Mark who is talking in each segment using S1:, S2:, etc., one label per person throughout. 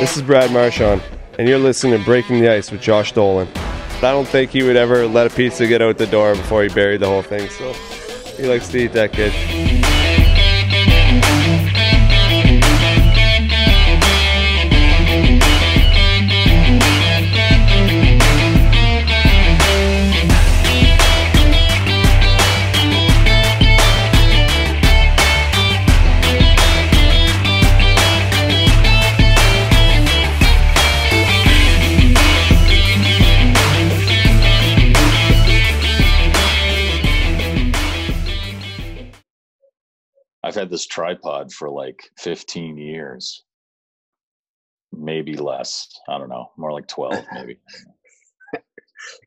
S1: This is Brad Marchand, and you're listening to Breaking the Ice with Josh Dolan. I don't think he would ever let a pizza get out the door before he buried the whole thing, so he likes to eat that kid.
S2: I've had this tripod for like 15 years, maybe less. I don't know, more like 12, maybe.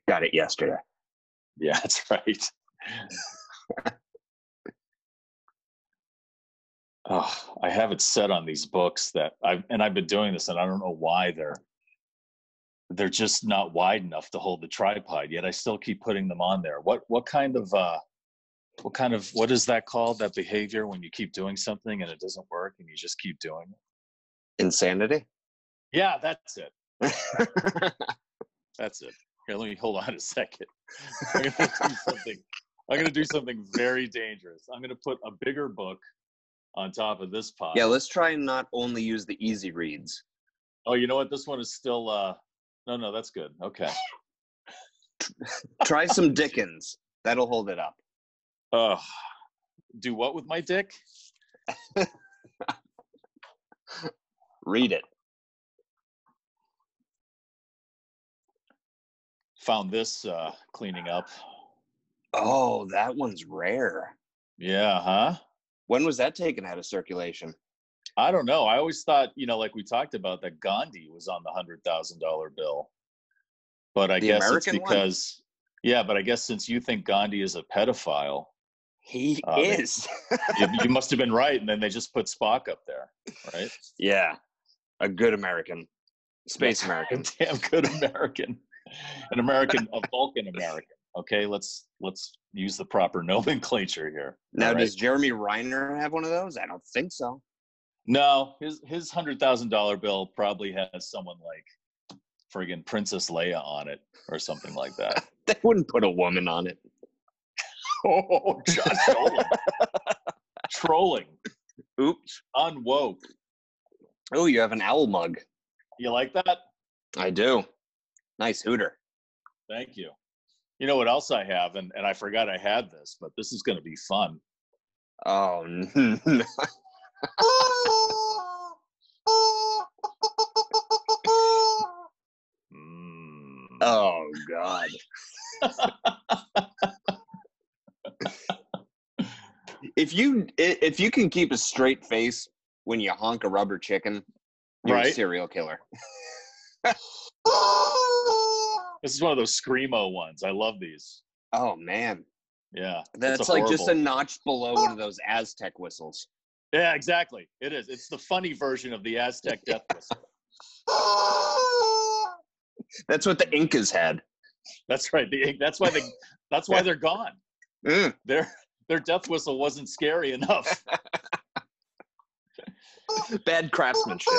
S3: Got it yesterday.
S2: Yeah, that's right. oh, I have it set on these books that I've and I've been doing this, and I don't know why they're they're just not wide enough to hold the tripod. Yet I still keep putting them on there. What what kind of uh, what kind of what is that called that behavior when you keep doing something and it doesn't work and you just keep doing it
S3: Insanity.
S2: yeah that's it that's it here let me hold on a second i'm gonna do something i'm gonna do something very dangerous i'm gonna put a bigger book on top of this pile
S3: yeah, let's try and not only use the easy reads.
S2: oh you know what this one is still uh no no that's good okay
S3: Try some Dickens. That'll hold it up.
S2: uh do what with my dick
S3: Read it.
S2: found this uh cleaning up
S3: Oh, that one's rare.
S2: yeah huh
S3: When was that taken out of circulation?
S2: I don't know. I always thought, you know, like we talked about, that Gandhi was on the hundred thousand dollar bill. But I
S3: The
S2: guess
S3: American
S2: it's
S3: one?
S2: because, yeah. But I guess since you think Gandhi is a pedophile,
S3: He
S2: Uh, they-
S3: is.
S2: you, you must have been right, and then they just put Spock up there, right?
S3: yeah. A good American. Space American.
S2: Damn good American, an American, a Vulcan American. Okay, let's let's use the proper nomenclature here.
S3: Now,
S2: all right?
S3: does Jeremy Reiner have one of those? I don't think so.
S2: No, his his hundred thousand dollar bill probably has someone like friggin' Princess Leia on it or something like that.
S3: They wouldn't put a woman on it.
S2: oh, Josh Dolan. trolling,
S3: Oops.
S2: unwoke.
S3: Oh, you have an owl mug.
S2: You like that?
S3: I do. Nice hooter.
S2: Thank you. You know what else I have, and, and I forgot I had this, but this is going to be fun.
S3: Oh, no.
S2: Mm.
S3: oh God. if you i- if you can keep a straight face when you honk a rubber chicken, you're a
S2: Right.
S3: serial killer.
S2: This is one of those screamo ones. I love these.
S3: Oh man,
S2: Yeah, it's
S3: that's
S2: a
S3: like just a
S2: horrible-
S3: notch below one of those Aztec whistles.
S2: yeah, exactly. It is. It's the funny version of the Aztec death whistle.
S3: That's what the Incas had.
S2: That's right. The, that's why they. That's why they're gone.
S3: Mm.
S2: Their their death whistle wasn't scary enough.
S3: Bad craftsmanship.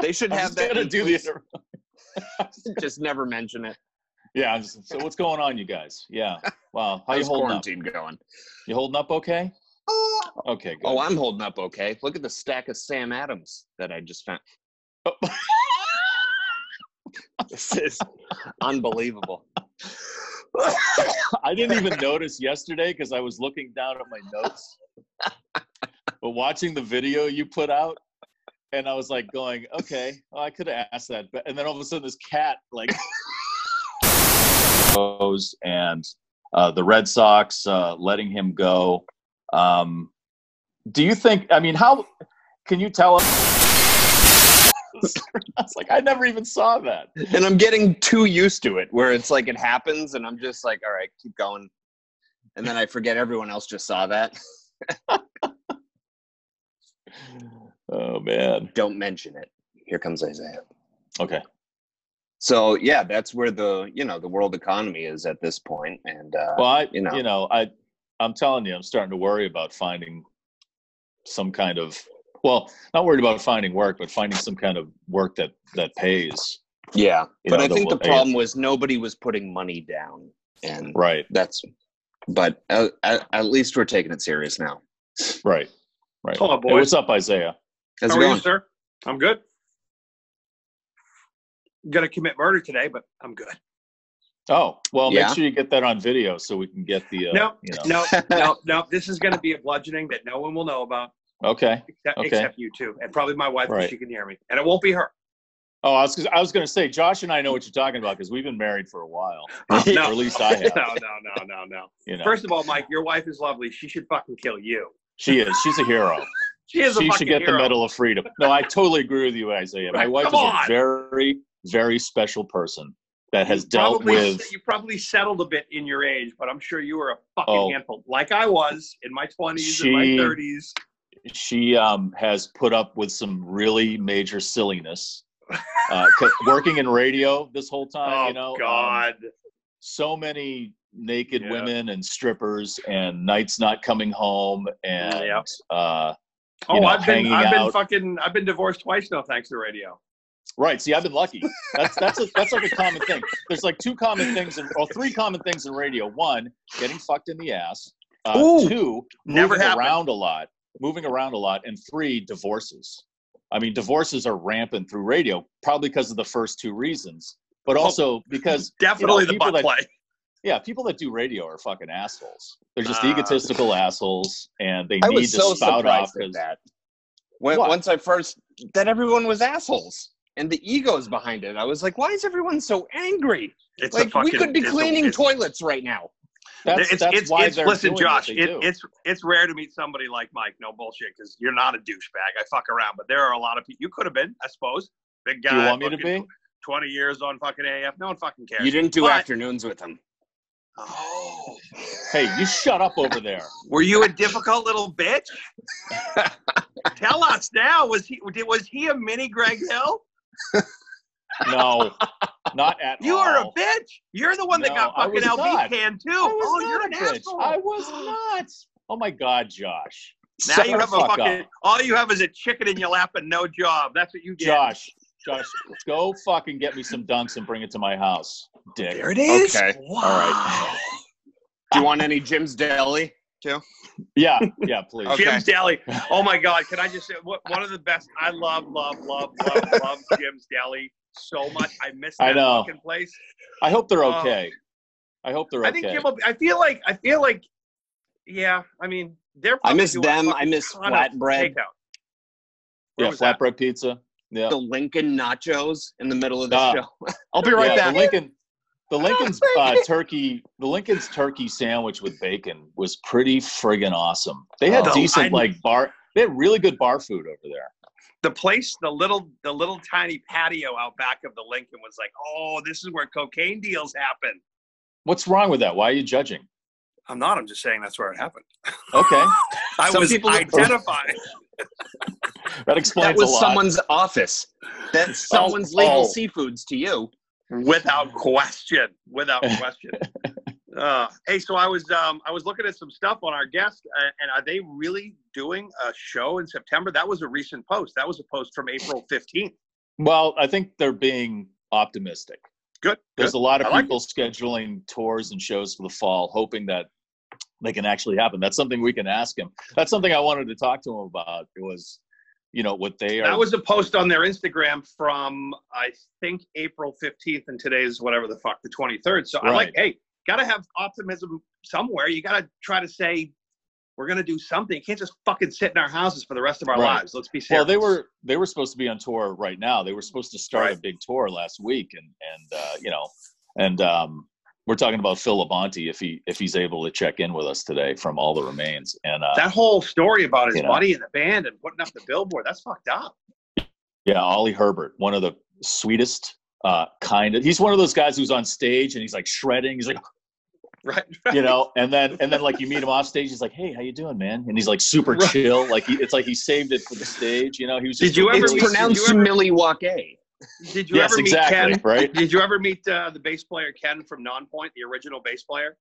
S3: They should
S2: I'm
S3: have
S2: just
S3: that.
S2: gonna
S3: in
S2: do
S3: place,
S2: the.
S3: just never mention it.
S2: Yeah. I'm just- so what's going on, you guys? Yeah. Wow. How you
S3: How's
S2: holding up?
S3: quarantine going?
S2: You holding up okay? Okay. Good.
S3: Oh, I'm holding up okay. Look at the stack of Sam Adams that I just found. This is unbelievable.
S2: I didn't even notice yesterday because I was looking down at my notes. but watching the video you put out, and I was like going, okay, well, I could have asked that. But and then all of a sudden this cat like goes and uh, the Red Sox uh, letting him go. Um, do you think I mean how can you tell us? I was like, I never even saw that.
S3: and I'm getting too used to it where it's like it happens and I'm just like, all right, keep going. And then I forget everyone else just saw that.
S2: Oh man.
S3: Don't mention it. Here comes Isaiah.
S2: Okay.
S3: So yeah, that's where the you know the world economy is at this point, and uh,
S2: well i
S3: you
S2: you
S3: know.
S2: know. i i'm telling you i'm starting to worry about finding some kind of Well, not worried about finding work, but finding some kind of work that that pays.
S3: Yeah,
S2: You
S3: but
S2: know,
S3: I
S2: the
S3: think the
S2: way-
S3: problem was nobody was putting money down, and
S2: Right.
S3: that's. But at, at, at least we're taking it serious now.
S2: Right. Right.
S4: Hello,
S2: Hey, what's
S4: boys.
S2: up, Isaiah?
S3: How's
S4: How
S3: it
S4: are you,
S3: going?
S4: sir? I'm good. gonna commit murder today, but I'm good.
S2: Oh, well,
S3: Yeah.
S2: make sure you get that on video so we can get the. Uh,
S4: No,
S2: you know.
S4: no, no, no. This is gonna be a bludgeoning that no one will know about
S2: Okay.
S4: except,
S2: Okay.
S4: except you two, and probably my wife
S2: Right.
S4: if she can hear me, and it won't be her.
S2: Oh, I was I was going to say, Josh and I know what you're talking about because we've been married for a while,
S4: Oh, no.
S2: or at least I
S4: No,
S2: have.
S4: no, no, no, no.
S2: You know,
S4: First of all, Mike, your wife is lovely. She should fucking kill you.
S2: she is. She's a hero.
S4: She is a
S2: she
S4: fucking
S2: should get the
S4: hero.
S2: Medal of Freedom. No, I totally agree with you, Isaiah. My
S4: Right,
S2: wife
S4: come
S2: is a
S4: on.
S2: very, very special person that has
S4: You
S2: dealt
S4: probably,
S2: with.
S4: you probably settled a bit in your age, but I'm sure you were a fucking
S2: Oh.
S4: handful, like I was in my 20s and
S2: She-
S4: my 30s.
S2: She um, has put up with some really major silliness. Uh, 'cause working in radio this whole time,
S4: Oh
S2: you know, um,
S4: God!
S2: so many naked
S4: Yeah.
S2: women and strippers and nights not coming home
S4: Mm,
S2: and
S4: Yep.
S2: uh,
S4: oh,
S2: know,
S4: I've been
S2: hanging
S4: I've been
S2: out.
S4: fucking I've been divorced twice now thanks to radio.
S2: Right. See, I've been lucky. That's that's a, that's like a common thing. There's like two common things, in, or three common things in radio. One, getting fucked in the ass. Uh,
S4: Ooh,
S2: two,
S4: never
S2: moving
S4: happened.
S2: around a lot, moving around a lot, and three, divorces. I mean, divorces are rampant through radio, probably because of the first two reasons, but also because
S4: Definitely the
S2: people
S4: butt
S2: that-
S4: play.
S2: yeah, people that do radio are fucking assholes. They're just
S4: Ah.
S2: egotistical assholes, and they
S3: I
S2: need
S3: was
S2: to
S3: so
S2: spout off
S3: surprised at that. When,
S2: What?
S3: once I first that everyone was assholes and the egos behind it, I was like, why is everyone so angry?
S4: It's a
S3: like we
S4: fucking-
S3: could be
S4: it's a-
S3: cleaning
S4: it's-
S3: toilets right now.
S2: that's,
S4: it's,
S2: that's
S4: it's,
S2: why
S4: it's,
S2: they're
S4: listen,
S2: doing
S4: Josh.
S2: What
S4: It,
S2: they do.
S4: it's it's rare to meet somebody like Mike. No bullshit, because you're not a douchebag. I fuck around, but there are a lot of people. You could have been, I suppose, big guy.
S2: do you want me to
S4: fucking
S2: be?
S4: Twenty years on fucking AF. No one fucking cares.
S3: You didn't do
S4: But-
S3: afternoons with them.
S4: Oh,
S2: Hey, you shut up over there.
S4: were you a difficult little bitch? Tell us now. Was he did- was he a mini Greg Hill?
S2: No, not at
S4: You
S2: all.
S4: are a bitch. You're the one that
S2: No,
S4: got
S2: I
S4: fucking
S2: was
S4: LB
S2: not.
S4: canned too.
S2: I was
S4: Oh,
S2: not
S4: you're
S2: a
S4: an
S2: bitch.
S4: asshole.
S2: I was not. Oh my God, Josh.
S4: Now you
S2: Shut
S4: have
S2: the
S4: a
S2: fuck
S4: fucking.
S2: up.
S4: All you have is a chicken in your lap and no job. That's what you get.
S2: Josh, Josh, go fucking get me some dunks and bring it to my house, dick.
S4: There it is.
S3: Okay.
S4: Wow.
S2: right.
S3: do you want any Jim's Deli?
S2: Yeah, yeah, please.
S3: Okay.
S4: Jim's Deli. Oh my God! Can I just say what, one of the best? I love, love, love, love, love Jim's Deli so much. I miss that
S2: I know.
S4: fucking place.
S2: I hope they're
S4: Oh.
S2: okay. I hope they're
S4: I think
S2: okay.
S4: Jim. Will, be- I feel like. I feel like. Yeah, I mean, they're.
S3: I
S4: probably
S3: miss
S4: doing a
S3: them. I
S4: fucking
S3: miss
S4: ton of
S3: flatbread,
S4: takeout. Where
S2: Yeah,
S4: was that?
S2: flatbread pizza. Yeah.
S3: the Lincoln nachos in the middle of the
S2: Ah.
S3: show. I'll be right
S2: yeah,
S3: back.
S2: The Lincoln, the Lincoln's uh, turkey, the Lincoln's turkey sandwich with bacon was pretty friggin' awesome. They had
S4: Oh.
S2: decent
S4: I-
S2: like bar. They had really good bar food over there.
S4: the place, the little, the little tiny patio out back of the Lincoln was like, oh, this is where cocaine deals happen.
S2: What's wrong with that? Why are you judging?
S4: I'm not. I'm just saying that's where it happened.
S2: Okay,
S4: I
S3: Some
S4: was
S3: people-
S4: identified.
S2: that explains
S3: That was
S2: a lot.
S3: someone's office. That's
S2: Oh,
S3: someone's legal
S4: oh.
S3: seafoods to you.
S4: without question without question uh, hey so i was um, i was looking at some stuff on our guest uh, and are they really doing a show in september that was a recent post that was a post from april 15th
S2: Well, I think they're being optimistic.
S4: good
S2: There's a lot of
S4: I like
S2: people scheduling tours and shows for the fall, hoping that they can actually happen. That's something we can ask him. That's something I wanted to talk to him about. It was, you know, what they are.
S4: that was a post on their instagram from i think april 15th and today's whatever the fuck the 23rd so i'm like hey gotta have optimism somewhere you gotta try to say we're gonna do something you can't just fucking sit in our houses for the rest of our
S2: Right.
S4: lives let's be
S2: well,
S4: serious
S2: they were they were supposed to be on tour right now. They were supposed to start a
S4: Right.
S2: big tour last week, and and uh, you know, and um, we're talking about Phil Labonte if he if he's able to check in with us today from All the Remains, and uh,
S4: that whole story about his
S2: You know.
S4: buddy in the band and putting up the billboard that's fucked up
S2: Yeah, Ollie Herbert, one of the sweetest, uh, kind of. He's one of those guys who's on stage and he's like shredding. He's like,
S4: right
S2: you know, and then and then like you meet him off stage. He's like, "Hey, how you doing, man?" And he's like super
S4: Right.
S2: chill. Like he, it's like he saved it for the stage. You know, he was. Just
S4: Did you ever
S3: It's
S4: Did you
S3: pronounced
S4: ever-
S3: Milwaukee.
S4: did you
S2: yes,
S4: ever meet
S2: exactly.
S4: ken
S2: Right.
S4: did you ever meet uh, the bass player ken from nonpoint the original bass player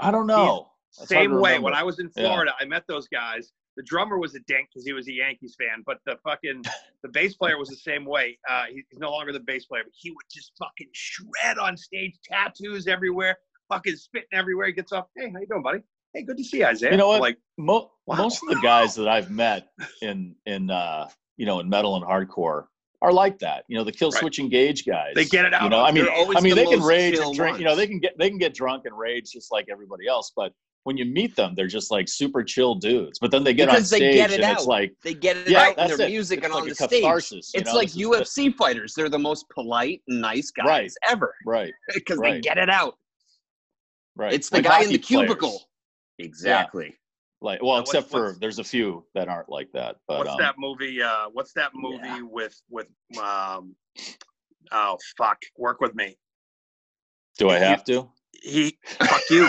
S2: I don't know. That's hard to
S4: same way
S2: remember.
S4: when i was in
S2: Yeah.
S4: florida i met those guys The drummer was a dink because he was a Yankees fan, but the fucking the bass player was the same way. Uh, he- he's no longer the bass player, but he would just fucking shred on stage, tattoos everywhere, fucking spitting everywhere. He gets off. Hey, how you doing, buddy? Hey, good to see you, Isaiah.
S2: You know what?
S4: Like,
S2: Mo-
S4: Wow.
S2: Most of the guys that I've met in in uh, you know in metal and hardcore are like that. You know, the kill
S4: Right.
S2: switch engage guys.
S4: They get it out.
S2: You know, I mean,
S3: They're always
S2: I mean,
S3: the
S2: they can
S3: most
S2: rage
S3: chill
S2: and drink. You know,
S3: ones.
S2: they can get they can get drunk and rage just like everybody else. But when you meet them, they're just like super chill dudes. But then they get on
S3: Because they
S2: stage
S3: get it
S2: and it's
S3: out.
S2: like
S3: They get it
S2: yeah,
S3: out in
S2: that's
S3: their
S2: it.
S3: music
S2: It's
S3: and
S2: like
S3: on
S2: a
S3: the stage.
S2: catharsis, you
S3: it's
S2: know?
S3: like
S2: This is the-
S3: UFC fighters. They're the most polite, nice guys
S2: Right.
S3: ever
S2: right,
S3: because they
S2: Right.
S3: get it out.
S2: right.
S3: It's the
S2: Like
S3: guy in the
S2: hockey players.
S3: cubicle. Exactly.
S2: Like well,
S4: What's-
S2: except for
S4: what's-
S2: there's a few that aren't like that. But
S4: what's
S2: um,
S4: that movie? Uh, what's that movie
S3: Yeah.
S4: with with um? Oh fuck! Work with me.
S2: do I have to?
S4: He fuck you.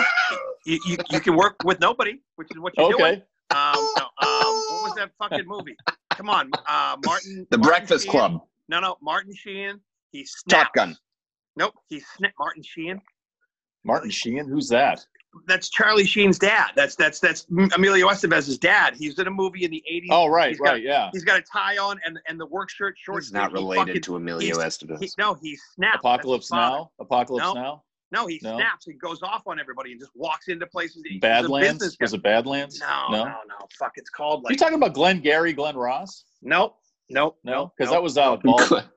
S4: you, you. You can work with nobody, which is what you're doing.
S2: Okay.
S4: Um, no, um, what was that fucking movie? Come on, uh, Martin.
S3: The
S4: Martin
S3: Breakfast
S4: Sheen-
S3: Club.
S4: No, no, Martin Sheehan. He snaps.
S3: Top Gun.
S4: Nope, he snapped. Martin Sheehan.
S2: Martin Sheehan, who's that?
S4: That's Charlie Sheen's dad. That's that's that's Emilio Estevez's dad. He's in a movie in the '80s.
S2: Oh, right,
S4: He's got-
S2: right, yeah.
S4: He's got a tie on and and the work shirt, short.
S3: He's not
S4: sleeve. He
S3: related
S4: fucking-
S3: to Emilio
S4: He,
S3: Estevez.
S4: no, he snaps. That's his
S2: Apocalypse
S4: father.
S2: Now. Apocalypse
S4: No.
S2: Now.
S4: No, he
S2: No?
S4: snaps and goes off on everybody and just walks into places. He's a business
S2: Badlands
S4: guy.
S2: was it Badlands?
S4: No, no, no, Fuck, it's called
S2: you
S4: like.
S2: talking about Glenn Gary, Glenn Ross?
S4: nope, nope,
S2: No,
S4: nope.
S2: because that
S4: nope.
S2: was uh, Bald.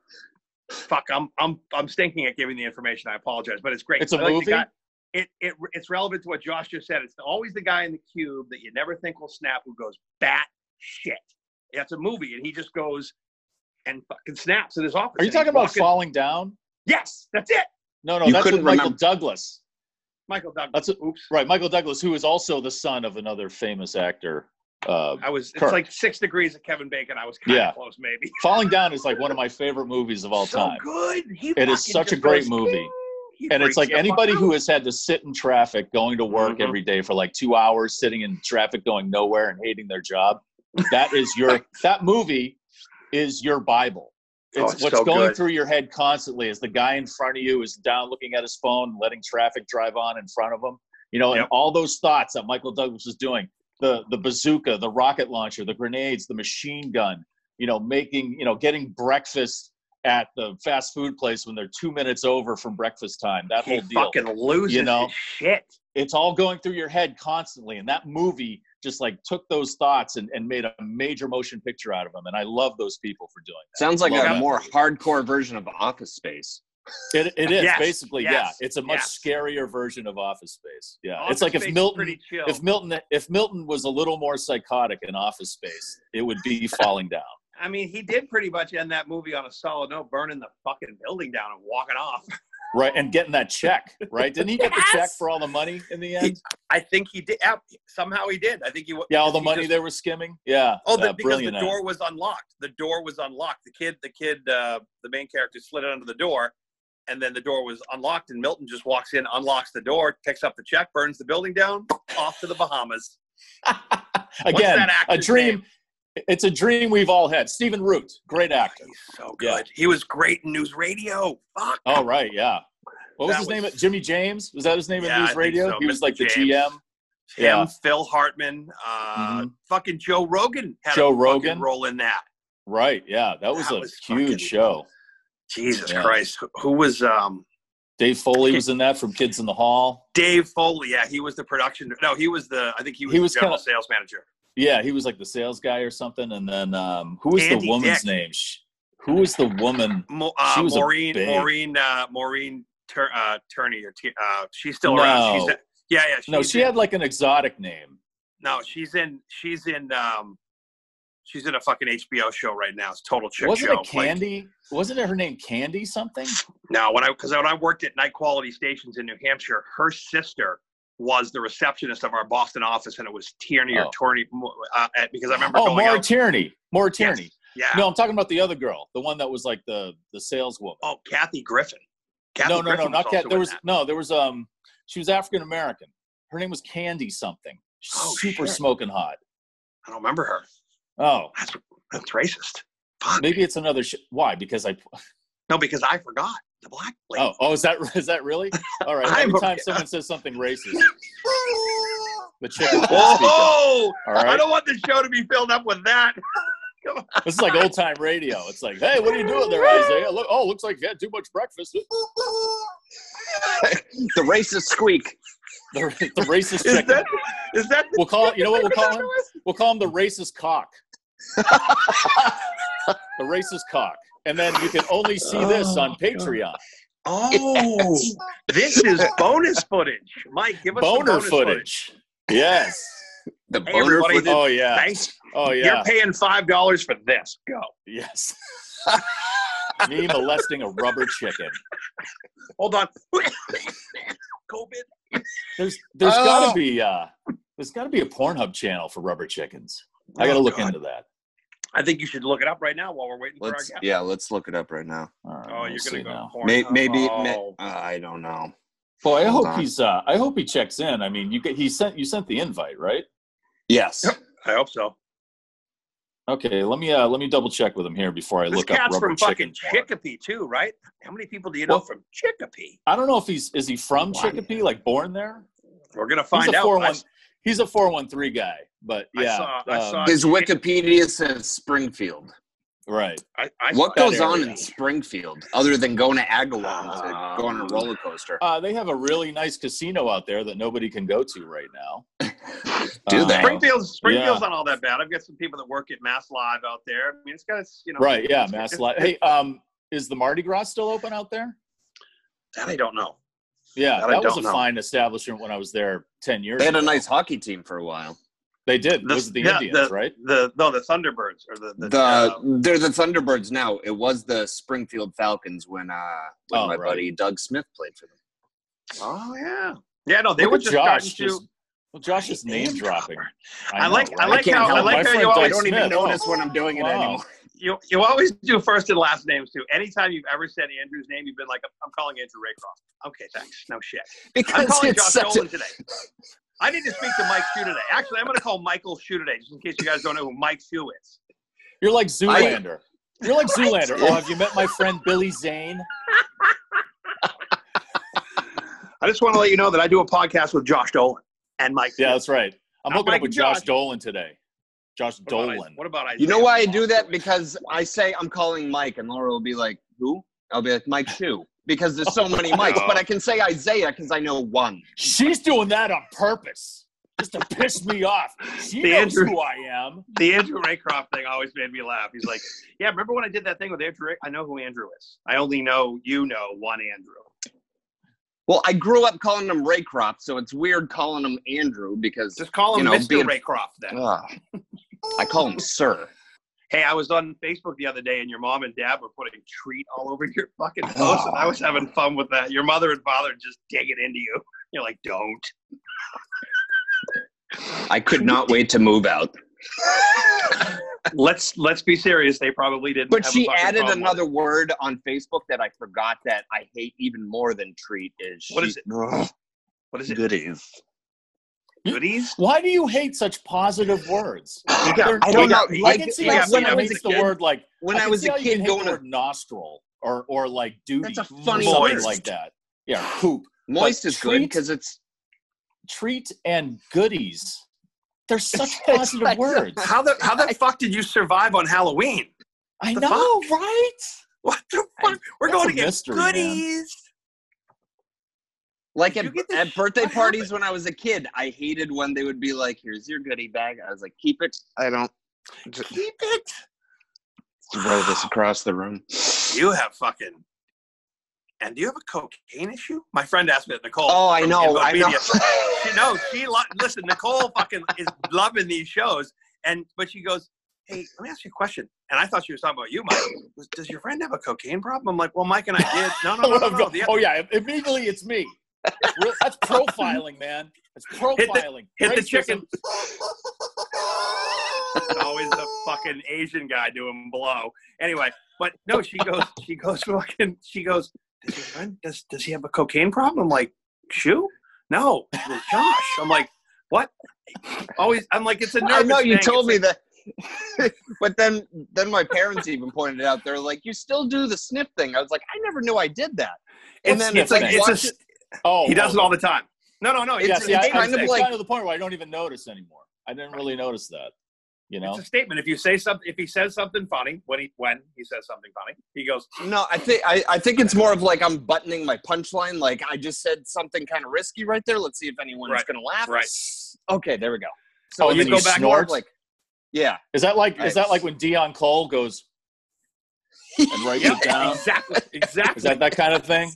S4: fuck. I'm I'm I'm stinking at giving the information. I apologize, but it's great.
S2: It's a
S4: I like the
S2: movie?
S4: guy- it, it it's relevant to what Josh just said. It's always the guy in the cube that you never think will snap who goes bat shit. That's a movie, and he just goes and fucking snaps in his office.
S2: Are you
S4: and
S2: talking
S4: he's
S2: about
S4: walking-
S2: falling down?
S4: Yes, that's it.
S2: No, no,
S3: You
S2: that's with
S3: couldn't
S2: Michael
S3: remember-
S2: Douglas.
S4: Michael Douglas.
S2: That's a-
S4: Oops.
S2: Right, Michael Douglas, who is also the son of another famous actor. Uh,
S4: I was. It's
S2: Kirk.
S4: like six degrees of Kevin Bacon. I was kind of
S2: Yeah.
S4: close, maybe.
S2: falling down is like one of my favorite movies of all time.
S4: So good. He
S2: It
S4: fucking
S2: is such a
S4: just
S2: great
S4: goes,
S2: movie.
S4: He
S2: And
S4: freaks
S2: it's like
S4: the fuck
S2: anybody
S4: out.
S2: who has had to sit in traffic going to work
S4: Mhm.
S2: every day for like two hours, sitting in traffic going nowhere and hating their job, that is your that movie is your Bible.
S4: Oh,
S2: It's,
S4: it's
S2: what's
S4: so
S2: going
S4: good.
S2: through your head constantly is the guy in front of you is down looking at his phone, letting traffic drive on in front of him. You know, and
S4: Yep.
S2: all those thoughts that Michael Douglas is doing, the the bazooka, the rocket launcher, the grenades, the machine gun, you know, making, you know, getting breakfast at the fast food place when they're two minutes over from breakfast time. That
S4: he
S2: whole deal.
S4: fucking loses
S2: you know?
S4: his shit.
S2: it's all going through your head constantly. And that movie just like took those thoughts and, and made a major motion picture out of them. And I love those people for doing
S3: Sounds like
S2: Love
S3: a
S2: that
S3: more
S2: movie.
S3: hardcore version of Office Space.
S2: It, it is
S4: Yes,
S2: basically,
S4: yes,
S2: yeah. It's a much
S4: yes.
S2: scarier version of Office Space. Yeah,
S4: Office
S2: it's like
S4: Space
S2: if
S4: is
S2: Milton,
S4: pretty chill.
S2: if Milton, if Milton was a little more psychotic in Office Space, it would be falling down.
S4: I mean, he did pretty much end that movie on a solid note, burning the fucking building down and walking off.
S2: Right, and getting that check, right? Didn't he get the check
S4: Yes.
S2: for all the money in the end?
S4: I think he did. yeah, Somehow he did. I think he. wa-
S2: yeah, all the
S4: he
S2: money
S4: just-
S2: they were skimming. Yeah,
S4: Oh, the,
S2: uh,
S4: because the
S2: brilliant act.
S4: door was unlocked. The door was unlocked. The kid, the kid, uh, the main character slid under the door, and then the door was unlocked. And Milton just walks in, unlocks the door, picks up the check, burns the building down, off to the Bahamas.
S2: Again,
S4: that
S2: a
S4: actor's
S2: dream. It's a dream we've all had. Stephen Root, great actor.
S4: He's so good.
S2: Yeah.
S4: He was great in news radio. Fuck.
S2: Oh right, yeah. What was
S4: That
S2: his
S4: was-
S2: name? Jimmy James was that his name
S4: Yeah,
S2: in
S4: I
S2: News
S4: think
S2: Radio?
S4: so,
S2: He was
S4: Mr.
S2: like
S4: James.
S2: the GM.
S4: Him,
S2: Yeah.
S4: Phil Hartman, uh,
S2: Mhm.
S4: fucking Joe Rogan had
S2: Joe
S4: a fucking
S2: Rogan?
S4: role in that.
S2: Right, yeah, that was
S4: That
S2: a
S4: was
S2: huge
S4: fucking-
S2: show.
S4: Jesus
S2: Yeah.
S4: Christ, Who- who was um,
S2: Dave Foley was in that from Kids in the Hall.
S4: Dave Foley? Yeah, he was the production. No, he was the. I think he was,
S2: He
S4: the
S2: was
S4: general
S2: kinda-
S4: sales manager.
S2: Yeah, he was like the sales guy or something. And then um, who was
S4: Andy
S2: the woman's
S4: Dick.
S2: name? Sh- Who was the woman?
S4: Mo- uh,
S2: She was a
S4: Maureen,
S2: babe.
S4: Maureen, uh, Maureen Tur- uh, Turney, or T- uh, she's still around. She's
S2: No.
S4: a- yeah, yeah. She's
S2: No, she
S4: in,
S2: had like an exotic name.
S4: No, she's in. She's in. Um, she's in a fucking HBO show right now. It's total chick
S2: wasn't
S4: show.
S2: it
S4: Like,
S2: Candy? wasn't it her name Candy something?
S4: No, when I because when I worked at night quality stations in New Hampshire, her sister was the receptionist of our Boston office, and it was Tierney or
S2: Oh.
S4: Tourney uh, at- because I remember
S2: Oh,
S4: going
S2: Maura
S4: out.
S2: Tierney. Maura
S4: Yes.
S2: Tierney.
S4: Yeah.
S2: No, I'm talking about the other girl, the one that was like the the saleswoman.
S4: Oh, Kathy Griffin. Kathy
S2: no, no,
S4: Griffin
S2: no, not
S4: also
S2: Cat. There
S4: in
S2: was
S4: that.
S2: no, there was um, she was African American. Her name was Candy something.
S4: Oh,
S2: Super
S4: shit.
S2: smoking hot.
S4: I don't remember her.
S2: Oh,
S4: That's that's racist. Fuck.
S2: maybe it's another. Sh- Why? Because I.
S4: No, because I forgot the black lady.
S2: Oh, oh, is that is that really? All right.
S4: I
S2: Every
S4: wrote
S2: time
S4: it.
S2: someone says something racist, The chicken foot speaker.
S4: Oh,
S2: All right.
S4: I don't want the show to be filled up with that.
S2: This is like old time radio. It's like, hey, what are you doing there, Isaiah? Look, oh, looks like you had too much breakfast.
S3: the racist squeak.
S2: The, the racist
S4: Is
S2: chicken.
S4: that is that
S2: we'll call it. You know what we'll call him?
S4: Is
S2: We'll call him the racist cock. the racist cock. And then you can only see this on
S4: Oh,
S2: Patreon.
S4: Oh, this is bonus footage. Mike, give us some
S2: Boner
S4: bonus
S2: footage. Yes.
S3: The
S4: Hey,
S3: boner
S4: everybody,
S3: footage.
S2: Oh yeah.
S4: Thanks.
S2: Oh
S4: You're
S2: yeah.
S4: paying five dollars for this. Go.
S2: Yes. Me molesting a rubber chicken.
S4: Hold on. COVID.
S2: There's there's
S3: Oh.
S2: gotta be uh there's gotta be a Pornhub channel for rubber chickens. I gotta
S4: Oh,
S2: look
S4: God.
S2: into that.
S4: I think you should look it up right now while we're waiting
S3: Let's
S4: for our guest.
S3: yeah, let's look it up right now.
S2: All right,
S4: Oh,
S2: we'll
S4: you're
S2: see
S4: gonna go.
S2: now.
S4: porn-
S3: May, maybe
S4: Oh.
S3: may, uh, I don't know.
S2: Boy, I
S3: Hold
S2: hope
S3: on.
S2: he's uh I hope he checks in. I mean, you get, he sent you sent the invite, right?
S3: Yes.
S4: I hope so.
S2: Okay, let me uh let me double check with him here before I
S4: This
S2: look up
S4: cat's
S2: rubber
S4: from
S2: chicken.
S4: fucking
S2: porn.
S4: Chicopee too, right? How many people do you know
S2: Well-
S4: from Chicopee?
S2: I don't know if he's is he from
S3: Wow.
S2: Chicopee, like born there.
S4: We're gonna find
S2: he's a
S4: out.
S2: four
S4: I,
S2: one. He's a four one three guy, but
S4: I
S2: yeah,
S4: saw- I
S2: um,
S4: saw-
S3: His Wikipedia says Springfield.
S2: right.
S4: I, I
S3: What
S2: that
S3: goes on
S2: area.
S3: in Springfield other than going to Agawam
S4: Um,
S3: to go on a roller coaster?
S2: Uh, they have a really nice casino out there that nobody can go to right now.
S3: Do they?
S4: Springfield's Springfield's not all that bad. I've got some people that work at Mass Live out there. I mean, it's got its, you know.
S2: Right? Yeah,
S4: it's-
S2: Mass
S4: it's-
S2: Live. Hey, um, is the Mardi Gras still open out there?
S4: That I don't know.
S2: Yeah,
S4: That
S2: that, was
S4: I
S2: a
S4: don't know.
S2: fine establishment when I was there ten years.
S3: They had a
S2: ago.
S3: nice hockey team for a while.
S2: They did.
S4: The-
S2: was it the
S4: yeah,
S2: Indians, right?
S4: The no, the Thunderbirds or the the,
S3: The
S4: uh,
S3: they're the Thunderbirds now. It was the Springfield Falcons when uh when
S2: Oh,
S3: my
S2: right.
S3: buddy Doug Smith played for them.
S4: oh yeah, yeah. No, they
S2: Look
S4: were
S2: at
S4: just
S2: Josh
S4: starting to.
S2: just. Well, Josh is
S4: Name
S2: name dropping.
S4: dropper.
S2: know,
S4: I like- I
S2: right?
S4: like
S3: can't
S4: how- I
S3: help it.
S4: like
S3: My
S4: how you
S3: friend
S4: always-
S3: I don't even
S2: Smith, oh.
S3: notice when I'm doing it
S2: Wow.
S3: anymore.
S4: You you always do first and last names too. Anytime you've ever said Andrew's name, you've been like, I'm calling Andrew Raycroft. Okay, thanks. No shit. I'm
S3: Because
S4: calling
S3: it's
S4: Josh
S3: such
S4: Dolan
S3: a,
S4: today. I need to speak to Mike Shue today. Actually, I'm going to call Michael Shue today, just in case you guys don't know who Mike Shue is.
S2: You're like Zoolander. You're like Zoolander. Oh, have you met my friend Billy Zane?
S4: I just want to let you know that I do a podcast with Josh Dolan and Mike.
S2: Yeah,
S4: Shue.
S2: that's right. I'm
S4: Not
S2: hooking
S4: Mike
S2: up with
S4: and
S2: Josh
S4: Josh.
S2: Dolan today. Josh
S4: What about I-
S2: Dolan.
S4: What about I?
S3: you know why I do that? Because I say I'm calling Mike and Laura will be like, Who? I'll be like, Mike Shu. Because there's so
S4: Oh,
S3: many Mikes, but I can say Isaiah because I know one.
S2: She's doing that on purpose, just to piss me off. She
S4: The
S2: knows
S4: Andrew-
S2: who I am.
S4: the Andrew Raycroft thing always made me laugh. He's like, "Yeah, remember when I did that thing with Andrew? Ray- I know who Andrew is. I only know you know one Andrew."
S3: Well, I grew up calling him Raycroft, so it's weird calling him Andrew because
S4: Just call him
S3: You know,
S4: Mr.
S3: being-
S4: Raycroft then.
S3: Ugh. I call him Sir.
S4: Hey, I was on Facebook the other day, and your mom and dad were putting treat all over your fucking post,
S3: Oh.
S4: and I was having fun with that. Your mother and father just digging into you. You're like, "Don't."
S3: I could not wait to move out.
S4: Let's let's be serious. They probably didn't.
S3: But
S4: have a
S3: she
S4: fucking
S3: added
S4: problem with
S3: another word on Facebook that I forgot that I hate even more than treat is.
S4: What
S3: she-
S4: is it?
S3: Ugh,
S4: it. What is it?
S3: Goodies.
S4: Goodies.
S2: Why do you hate such positive words?
S4: We got-
S2: They're-
S3: I
S4: we
S3: don't
S4: got-
S3: know.
S4: we
S2: I
S3: Like,
S2: can
S4: got-
S2: see
S4: we
S3: like,
S2: how
S4: got
S3: when
S2: someone
S3: I
S4: beat
S3: was
S2: hates
S4: up
S2: the word like
S3: When I,
S2: can
S3: was
S2: see
S3: a
S2: how you can
S3: kid
S2: hate
S3: going
S2: the
S3: to
S2: word nostril or or like duty.
S3: That's a
S2: or
S3: funny
S2: something
S4: word.
S2: like that. Yeah, poop,
S3: moist is good
S2: treat-
S3: because it's
S2: treat, and goodies. They're such
S3: It's
S2: positive
S3: like-
S2: words.
S4: How the how the fuck did you survive on Halloween?
S2: I
S4: the
S2: know, right?
S4: What the
S3: I-
S4: fuck? We're
S2: that's
S4: going
S2: a
S4: to get
S2: mystery, man.
S4: goodies.
S3: like
S4: Did
S3: at,
S4: you get this-
S3: at birthday
S4: what
S3: parties when I was a kid. I hated when they would be like, "Here's your goodie bag." I was like, "Keep it. I don't
S4: Keep it.
S3: throw this across the room."
S4: You have fucking. And do you have a cocaine issue? My friend asked me that Nicole.
S3: Oh, I
S4: from
S3: know. I know.
S4: Invopedia. She, no, she lo- listen. Nicole fucking is loving these shows, and but she goes, "Hey, let me ask you a question." And I thought she was talking about you, Mike. Goes, Does your friend have a cocaine problem? I'm like, "Well, Mike and I did." No, no, no, no. no. The-
S2: oh yeah, immediately it's me. Real- That's profiling, man. That's
S4: the-
S2: profiling.
S4: hit the
S2: Racism.
S4: chicken. It's always the fucking Asian guy doing blow. Anyway, but no, she goes, she goes fucking, she goes, does your friend, does, does he have a cocaine problem? I'm like, shoe? No. She goes, Josh. I'm like, what? Always, I'm like, it's a nervous
S3: I know you
S4: thing.
S3: told me
S4: It's
S3: that. but then then my parents even pointed it out. They're like, "You still do the sniff thing." I was like, "I never knew I did that."
S4: like-
S3: And then it's
S4: it's,
S3: like
S4: like, it's
S3: watch
S4: a,
S3: it-
S2: Oh,
S4: he does it all the time. No, no, no.
S3: It's-
S4: yeah,
S2: yeah,
S4: it's
S2: see, I,
S4: a
S2: I,
S3: kind of
S4: kind
S2: it's
S4: of
S3: like-
S2: gotten to the point where I don't even notice anymore. I didn't really notice that. You know,
S4: It's a statement. If you say something, if he says something funny, when he when he says something funny, he goes,
S3: No, I think I, I think it's more of like I'm buttoning my punchline. Like I just said something kind of risky right there. Let's see if anyone's
S4: Right,
S3: gonna laugh.
S4: right.
S3: Okay, there we go. So
S2: Oh,
S4: and
S3: it's
S4: then you
S3: more of
S2: snort?
S3: like, yeah,
S2: is that like is that
S3: Nice.
S2: like when Dion Cole goes and writes it down?
S4: exactly, exactly.
S2: Is that that kind of thing?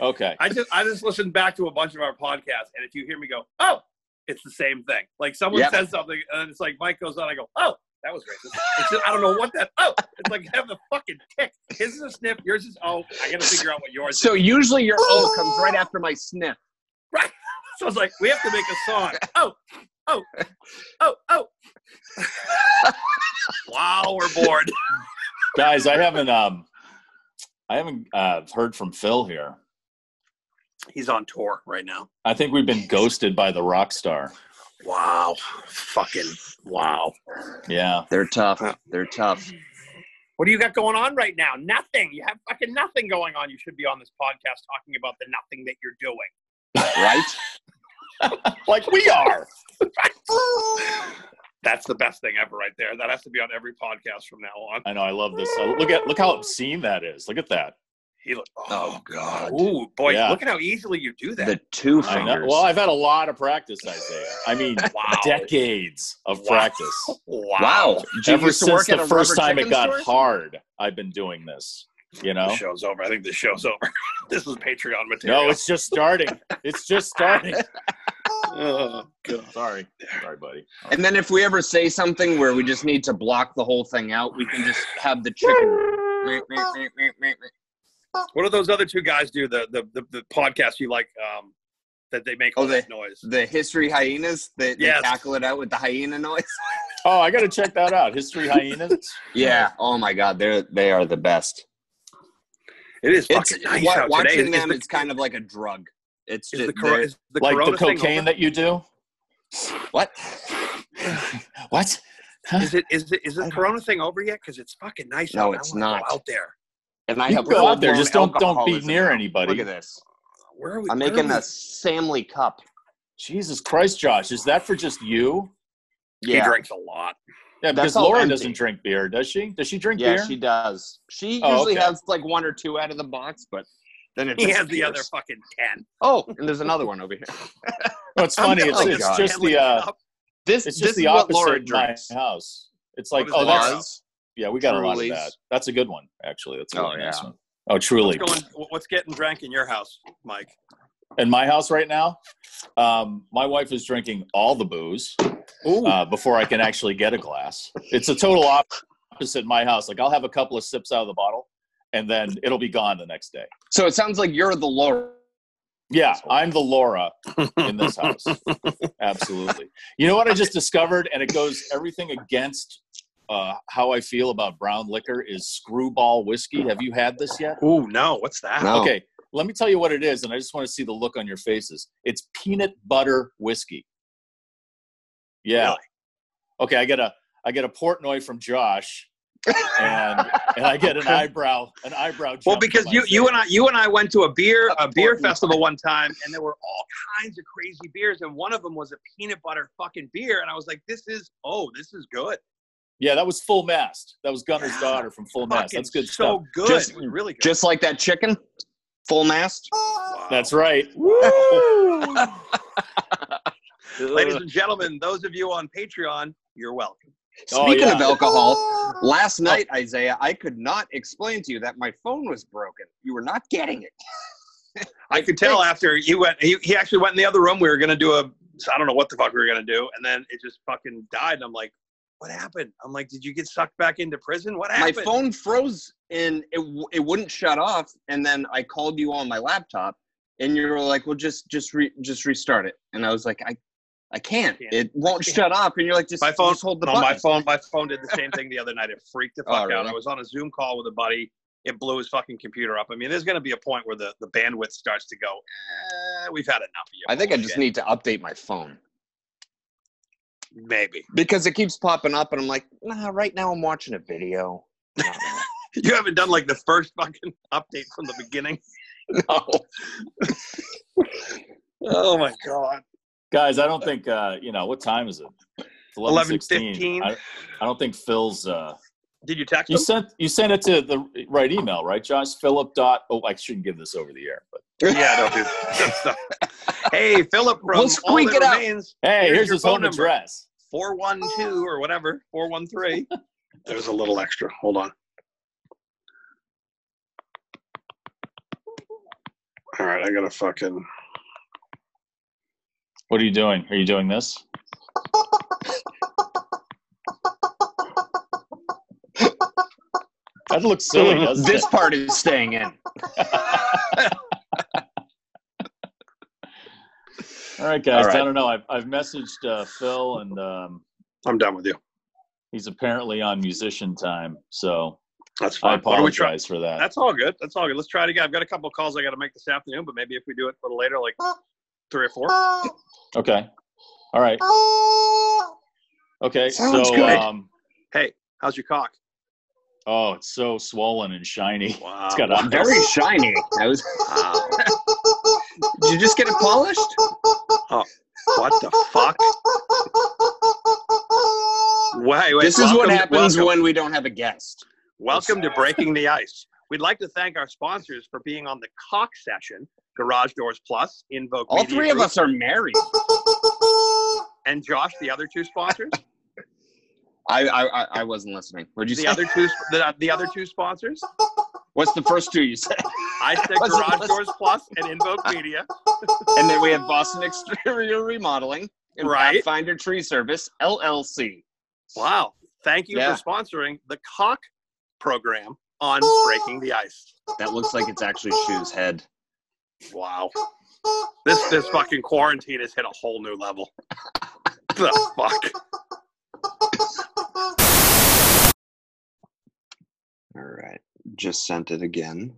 S2: Okay.
S4: I just I just listened back to a bunch of our podcasts, and if you hear me go, oh, it's the same thing. Like someone
S3: Yep.
S4: says something, and it's like Mike goes on, I go, oh, that was racist. It's just, I don't know what that. Oh, it's like have the fucking tick. His is a sniff. Yours is oh. I got to figure out what yours.
S3: So
S4: is.
S3: usually your
S2: Oh!
S3: O comes right after my sniff.
S4: So it's like we have to make a song. Oh, oh, oh, oh. wow, we're bored.
S2: guys i haven't um i haven't uh heard from phil here
S4: He's on tour right now.
S2: i think we've been ghosted by the rock star
S4: Wow, fucking wow.
S2: yeah
S3: They're tough. They're tough.
S4: What do you got going on right now? Nothing. You have fucking nothing going on. You should be on this podcast talking about the nothing that you're doing.
S3: Right?
S2: like we are
S4: That's the best thing ever, right there. That has to be on every podcast from now on.
S2: i know i love this Uh, look at look how obscene that is look at that
S4: He look,
S3: Oh god.
S4: Ooh, boy,
S2: Yeah.
S4: look at how easily you do that.
S3: The two
S2: I know.
S3: fingers.
S2: well i've had a lot of practice isaiah i mean
S4: wow.
S2: decades of
S4: Wow.
S2: practice
S4: wow.
S3: Wow. Did you
S2: ever
S3: used to work
S2: since
S3: at
S2: the
S3: a
S2: first
S3: rubber
S2: time it
S3: chicken
S2: got
S3: store?
S2: hard i've been doing this you
S4: The
S2: know
S4: show's over. I think the show's over. this is Patreon material.
S2: no it's just starting it's just starting
S4: Oh, God.
S2: sorry sorry buddy
S3: And then if we ever say something where we just need to block the whole thing out, we can just have the chicken.
S4: What do those other two guys do? The the the, the podcast you like um, that they make all
S3: Oh,
S4: that noise.
S3: The history hyenas. They, they
S4: Yes.
S3: tackle it out with the hyena noise.
S2: oh i gotta check that out history hyenas
S3: Yeah. Oh my god, they're they are the best.
S4: It is
S3: It's
S4: fucking nice
S3: wa-
S4: out
S3: watching
S4: today. Is-
S3: them
S4: is
S3: is kind of like a drug. It's
S4: the,
S3: just
S4: is the, cor-
S3: they're-
S4: is the
S2: like
S4: corona
S2: the
S4: thing
S2: cocaine
S4: over?
S2: that you do?
S3: what?
S2: What?
S4: is it is it is the corona thing over yet? Because it's fucking nice.
S3: No,
S4: out. I
S3: it's
S4: wanna go
S3: not.
S4: out there.
S3: And I
S2: You
S3: have
S2: go out there,
S3: full-blown
S2: just don't don't be
S3: alcoholism
S2: near
S3: now. Look
S2: anybody.
S3: at this.
S4: Where are we?
S3: I'm
S4: where are
S3: making
S4: we-
S3: a Samley cup.
S2: Jesus Christ, Josh, is that for just you?
S4: He
S3: Yeah,
S4: drinks a lot.
S2: Yeah,
S3: That's
S2: because
S3: all
S2: Laura
S3: empty.
S2: doesn't drink beer, does she? Does she drink
S3: yeah,
S2: beer?
S3: she does. She
S2: Oh,
S3: usually
S2: okay.
S3: has like one or two out of the box, but then it
S4: He has the other
S3: disappears.
S4: fucking ten.
S3: Oh, and there's another one over here.
S2: No, it's funny.
S3: I'm-
S2: It's,
S3: oh,
S2: it's
S3: God.
S2: just the uh,
S3: This
S2: it's
S3: this
S2: just the
S3: is what Laura
S2: opposite of my
S3: drinks.
S2: house. It's like
S4: What is
S2: oh
S4: it?
S2: that's yeah we got a lot of
S3: Truly's?
S2: that. That's a good one actually. That's a
S3: Oh,
S2: really nice
S3: yeah.
S2: one. Oh, truly.
S4: What's, going, what's getting drank in your house, Mike?
S2: In my house right now, um, my wife is drinking all the booze.
S3: Ooh,
S2: uh, before I can actually get a glass. It's a total op- opposite in my house. Like I'll have a couple of sips out of the bottle, and then it'll be gone the next day.
S3: so it sounds like you're the Laura.
S2: Yeah, I'm the Laura in this house. Absolutely. You know what I just discovered, and it goes everything against uh, how I feel about brown liquor is screwball whiskey. Have you had this yet?
S4: Ooh, no. What's that?
S3: No.
S2: Okay, let me tell you what it is, and I just want to see the look on your faces. It's peanut butter whiskey. Yeah.
S4: Really?
S2: Okay, I get a I get a Portnoy from Josh, and and I get an
S4: Okay.
S2: eyebrow an eyebrow.
S4: Well,
S2: jump
S4: because
S2: from
S4: you you
S2: Isaiah.
S4: and I you and I went to a beer a
S3: Of
S4: beer
S3: course.
S4: festival one time, and there were all kinds of crazy beers, and one of them was a peanut butter fucking beer, and I was like, this is oh, this is good.
S2: yeah, that was Full Mast. That was Gunner's daughter from Full Mast.
S4: Fucking
S2: That's good
S4: so
S2: stuff.
S4: good.
S3: Just-
S4: it was really good.
S3: Just like that chicken, full mast.
S4: Wow.
S2: That's right.
S4: Ladies and gentlemen, those of you on Patreon, you're welcome.
S2: Oh,
S3: Speaking
S2: yeah.
S3: of alcohol,
S4: Oh.
S3: last night, Isaiah, I could not explain to you that my phone was broken. You were not getting it.
S4: I could tell after you went, he, he actually went in the other room. We were going to do a, I don't know what the fuck we were going to do. And then it just fucking died. And I'm like, what happened? I'm like, did you get sucked back into prison? What
S3: My
S4: happened?
S3: phone froze and it w- it wouldn't shut off. And then I called you on my laptop, and you were like, "Well, just just re- just restart it." And I was like, "I I can't.
S4: Can't.
S3: It won't shut off." And you're like, "Just
S4: My phone-
S3: just hold the
S4: no,
S3: button."
S4: my phone, my phone did the same thing the other night. It freaked the
S3: Oh,
S4: fuck out.
S3: really?
S4: I was on a Zoom call with a buddy. It blew his fucking computer up. I mean, there's going to be a point where the, the bandwidth starts to go, eh, we've had enough of you.
S3: I think I just
S4: bullshit."
S3: need to update my phone
S4: maybe.
S3: because it keeps popping up, and I'm like, "Nah, right now I'm watching a video."
S4: You haven't done like the first fucking update from the beginning.
S3: no.
S4: Oh my god.
S2: Guys, I don't think uh, you know what time is it. It's
S4: 11:15.
S2: I, I don't think Phil's. Uh,
S4: Did you text
S2: you
S4: him?
S2: sent you sent it to the right email, right, Josh? Philip dot. Oh, I shouldn't give this over the air, but
S4: yeah, don't do that stuff. hey, Philip from
S3: We'll squeak
S4: All
S3: it
S4: That
S3: out.
S4: Remains,
S2: hey,
S4: Here's
S2: here's
S4: your
S2: his home
S4: phone number.
S2: address.
S4: 412 or whatever, 413. There's a little extra. Hold on. All right, I gotta fucking.
S2: What are you doing? Are you doing this? that looks silly, doesn't
S3: this
S2: it?
S3: part is staying in.
S2: All right, guys.
S4: All right.
S2: I don't know. I've, I've messaged uh, Phil, and um,
S4: I'm done with you.
S2: he's apparently on musician time. So
S4: That's
S2: I
S4: fine. Why don't we try?
S2: apologize for that.
S4: That's all good. That's all good. Let's try it again. I've got a couple of calls I gotta make this afternoon, but maybe if we do it a little later, like three or four.
S2: Okay. All right. Okay.
S3: Sounds
S2: so,
S3: good.
S2: um,
S4: Hey, how's your cock?
S2: oh, it's so swollen and shiny.
S4: Wow.
S2: It's got a
S3: Very shiny. That was. Did you just get it polished?
S4: Oh, What the fuck? Wait, wait,
S3: this is what
S4: welcome-
S3: happens
S4: welcome.
S3: when we don't have a guest.
S4: Welcome to Breaking the Ice. We'd like to thank our sponsors for being on the Cock Session, Garage Doors Plus, Invoke
S3: All
S4: Media
S3: three of
S4: Group,
S3: us are married.
S4: and Josh, the other two sponsors.
S3: I I, I, I wasn't listening. What'd you
S4: the
S3: say?
S4: other two, the, the other two sponsors.
S3: What's the first two you said?
S4: I said
S3: Wasn't
S4: Garage
S3: listening.
S4: Doors Plus and Invoke Media.
S3: And then we have Boston Exterior Remodeling and
S4: Right.
S3: Finder Tree Service LLC.
S4: Wow! Thank you
S3: Yeah.
S4: for sponsoring the Cock program on Breaking the Ice.
S3: That looks like it's actually Shoe's head.
S4: Wow! This this fucking quarantine has hit a whole new level. the fuck.
S3: All right, just sent it again.